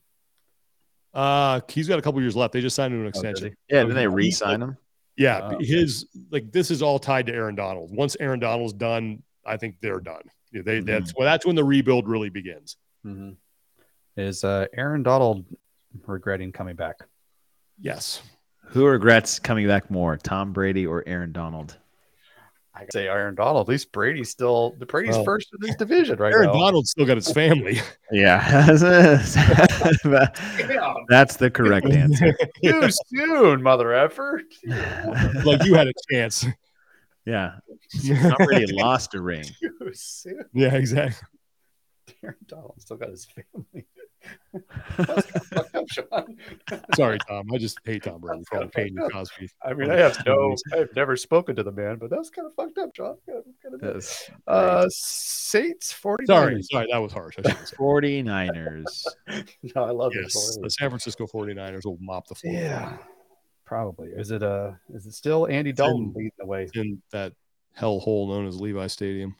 [SPEAKER 3] Uh, he's got a couple years left. They just signed him to an
[SPEAKER 1] Oh, does
[SPEAKER 3] extension.
[SPEAKER 1] he?
[SPEAKER 2] yeah, did they re-sign him?
[SPEAKER 3] yeah,
[SPEAKER 1] Oh.
[SPEAKER 3] his like this is all tied to Aaron Donald. Once Aaron Donald's done, I think they're done. Yeah, They
[SPEAKER 2] Mhm.
[SPEAKER 3] that's well, that's when the rebuild really begins.
[SPEAKER 1] Is uh, Aaron Donald regretting coming back?
[SPEAKER 3] Yes,
[SPEAKER 2] Who regrets coming back more, Tom Brady or Aaron Donald?
[SPEAKER 1] I gotta say Aaron Donald. At least Brady's still the Brady's
[SPEAKER 3] Well,
[SPEAKER 1] first in this division right
[SPEAKER 3] Aaron
[SPEAKER 1] now.
[SPEAKER 3] Donald's still got his family.
[SPEAKER 2] Yeah, that's the correct answer.
[SPEAKER 1] Too soon, mother effort.
[SPEAKER 3] like you had a chance.
[SPEAKER 2] yeah, Tom Brady lost a ring.
[SPEAKER 1] Too soon.
[SPEAKER 3] yeah, exactly.
[SPEAKER 1] Aaron Donald still got his family. That's kinda fucked up, Sean.
[SPEAKER 3] Sorry, Tom. I just hate Tom Brady for all the pain you caused me.
[SPEAKER 1] I mean, I have no, I've never spoken to the man, but that's kind of fucked up, John. Kinda- kinda-
[SPEAKER 2] That's
[SPEAKER 1] Uh, Saints 49.
[SPEAKER 3] Sorry, sorry, that was harsh. I shouldn't have said
[SPEAKER 2] 49ers.
[SPEAKER 1] No, I love
[SPEAKER 3] yes, the
[SPEAKER 1] this.
[SPEAKER 3] San Francisco 49ers will mop the floor.
[SPEAKER 1] Yeah, probably. Is it uh is it still Andy
[SPEAKER 3] in-
[SPEAKER 1] Dalton leading the way?
[SPEAKER 3] In that hellhole known as Levi Stadium.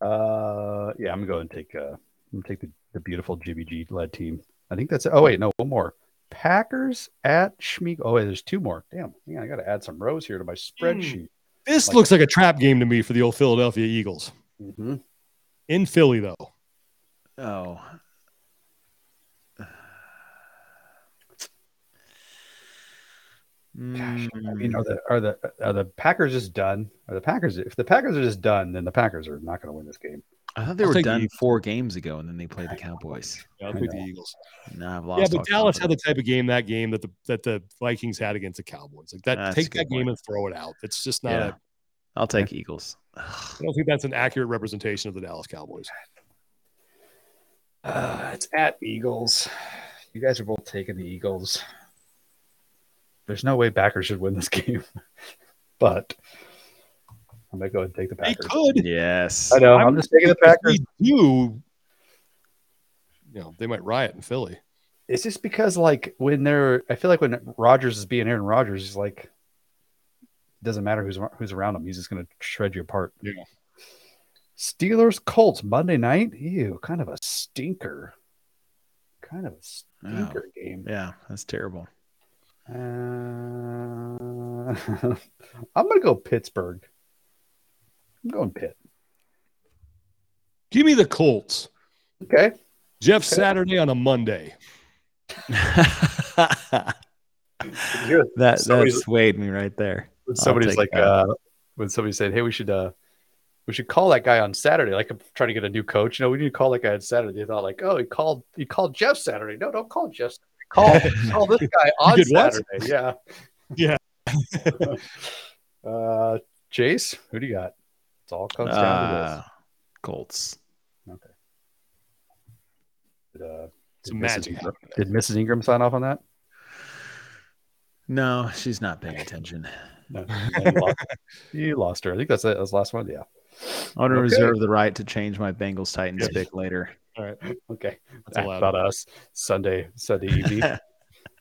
[SPEAKER 1] Uh, yeah, I'm gonna go and take uh, I'm gonna take the, the beautiful Jimmy G led team. I think that's it. Oh wait, no, one more. Packers at Schmeek. Oh, wait, there's two more. Damn, yeah, I gotta add some rows here to my spreadsheet.
[SPEAKER 3] This
[SPEAKER 1] Like-
[SPEAKER 3] looks like a trap game to me for the old Philadelphia Eagles.
[SPEAKER 1] Mm-hmm.
[SPEAKER 3] In Philly, though.
[SPEAKER 2] Oh.
[SPEAKER 1] I mean,
[SPEAKER 2] Hmm.
[SPEAKER 1] are the are the are the Packers just done? Are the Packers if the Packers are just done, then the Packers are not gonna win this game.
[SPEAKER 2] I thought they
[SPEAKER 3] I'll
[SPEAKER 2] were
[SPEAKER 3] take the
[SPEAKER 2] done
[SPEAKER 3] Eagles.
[SPEAKER 2] four games ago, and then they played the Cowboys.
[SPEAKER 3] Yeah, I'll
[SPEAKER 1] I
[SPEAKER 3] take the
[SPEAKER 1] know.
[SPEAKER 3] Eagles.
[SPEAKER 2] No, I've lost.
[SPEAKER 3] Yeah, but
[SPEAKER 2] all
[SPEAKER 3] Dallas had the
[SPEAKER 2] confidence.
[SPEAKER 3] type of game that game that the that the Vikings had against the Cowboys. Like that,
[SPEAKER 2] That's a
[SPEAKER 3] take
[SPEAKER 2] good
[SPEAKER 3] that game
[SPEAKER 2] point.
[SPEAKER 3] and throw it out. It's just not.
[SPEAKER 2] Yeah.
[SPEAKER 3] A,
[SPEAKER 2] I'll take Eagles. Ugh.
[SPEAKER 3] I don't think that's an accurate representation of the Dallas Cowboys.
[SPEAKER 1] Uh, it's at Eagles. You guys are both taking the Eagles. There's no way Packers should win this game, but I'm gonna go and take the
[SPEAKER 3] They
[SPEAKER 1] Packers.
[SPEAKER 3] could.
[SPEAKER 2] Yes.
[SPEAKER 1] I know. I'm just taking the Packers.
[SPEAKER 3] If they do, you know, they might riot in Philly.
[SPEAKER 1] It's just because, like, when they're, I feel like when Rogers is being Aaron Rodgers, he's like, it doesn't matter who's who's around him. He's just going to shred you apart.
[SPEAKER 3] Yeah.
[SPEAKER 1] Steelers Colts Monday night. Ew, kind of a stinker. Kind of a stinker game.
[SPEAKER 2] Yeah, that's terrible.
[SPEAKER 1] Uh, I'm going to go Pittsburgh. I'm going Pitt.
[SPEAKER 3] Give me the Colts.
[SPEAKER 1] Okay.
[SPEAKER 3] Jeff Saturday on a Monday.
[SPEAKER 2] that that
[SPEAKER 1] Somebody's-
[SPEAKER 2] swayed me right there.
[SPEAKER 1] when
[SPEAKER 2] I'll
[SPEAKER 1] somebody's
[SPEAKER 2] take
[SPEAKER 1] like
[SPEAKER 2] that.
[SPEAKER 1] uh when somebody said hey we should uh we should call that guy on saturday like i'm trying to get a new coach you know we need to call that guy on saturday they thought like oh he called he called jeff saturday no don't call jeff call call this guy on
[SPEAKER 3] did what?
[SPEAKER 1] saturday yeah
[SPEAKER 3] Yeah.
[SPEAKER 1] uh Chase, who do you got? It's all comes down
[SPEAKER 2] Uh,
[SPEAKER 1] to
[SPEAKER 2] Colts.
[SPEAKER 1] this. Okay. Did, uh,
[SPEAKER 3] It's
[SPEAKER 1] did Mrs.
[SPEAKER 3] magic.
[SPEAKER 1] Ingram- Did Mrs. Ingram sign off on that?
[SPEAKER 2] No, she's not paying attention.
[SPEAKER 1] No. you, lost, you lost her. I think that's it. That was the last one. Yeah.
[SPEAKER 2] I want to
[SPEAKER 1] Okay.
[SPEAKER 2] reserve the right to change my Bengals Titans
[SPEAKER 3] Yes.
[SPEAKER 2] pick later.
[SPEAKER 1] Okay.
[SPEAKER 3] That's
[SPEAKER 1] That's
[SPEAKER 3] allowed.
[SPEAKER 1] about us. Sunday, Sunday evening.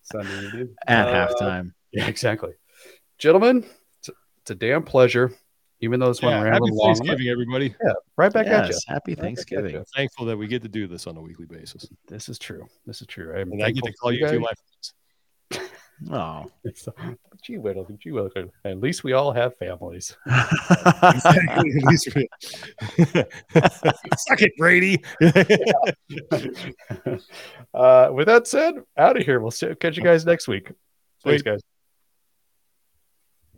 [SPEAKER 1] Sunday evening.
[SPEAKER 2] At
[SPEAKER 1] Uh,
[SPEAKER 2] halftime.
[SPEAKER 1] Yeah, exactly. Gentlemen, it's, it's a damn pleasure. Even though this one
[SPEAKER 3] Yeah,
[SPEAKER 1] ran a
[SPEAKER 3] happy
[SPEAKER 1] little long,
[SPEAKER 3] Thanksgiving, everybody.
[SPEAKER 1] right back at you.
[SPEAKER 2] Yes, happy
[SPEAKER 1] Right back at
[SPEAKER 2] Thanksgiving.
[SPEAKER 1] ya.
[SPEAKER 3] Thankful that we get to do this on a weekly basis,
[SPEAKER 1] This is true. This is true. I'm
[SPEAKER 3] and I get
[SPEAKER 1] thankful for
[SPEAKER 3] to call you two
[SPEAKER 1] guys.
[SPEAKER 3] my friends.
[SPEAKER 2] Oh.
[SPEAKER 1] It's- Gee whittle, gee whittle. At least we all have families.
[SPEAKER 3] At least we- Suck it, Brady.
[SPEAKER 1] uh, with that said, out of here. We'll see, catch you guys next week. Thanks,
[SPEAKER 3] Sweet.
[SPEAKER 1] guys.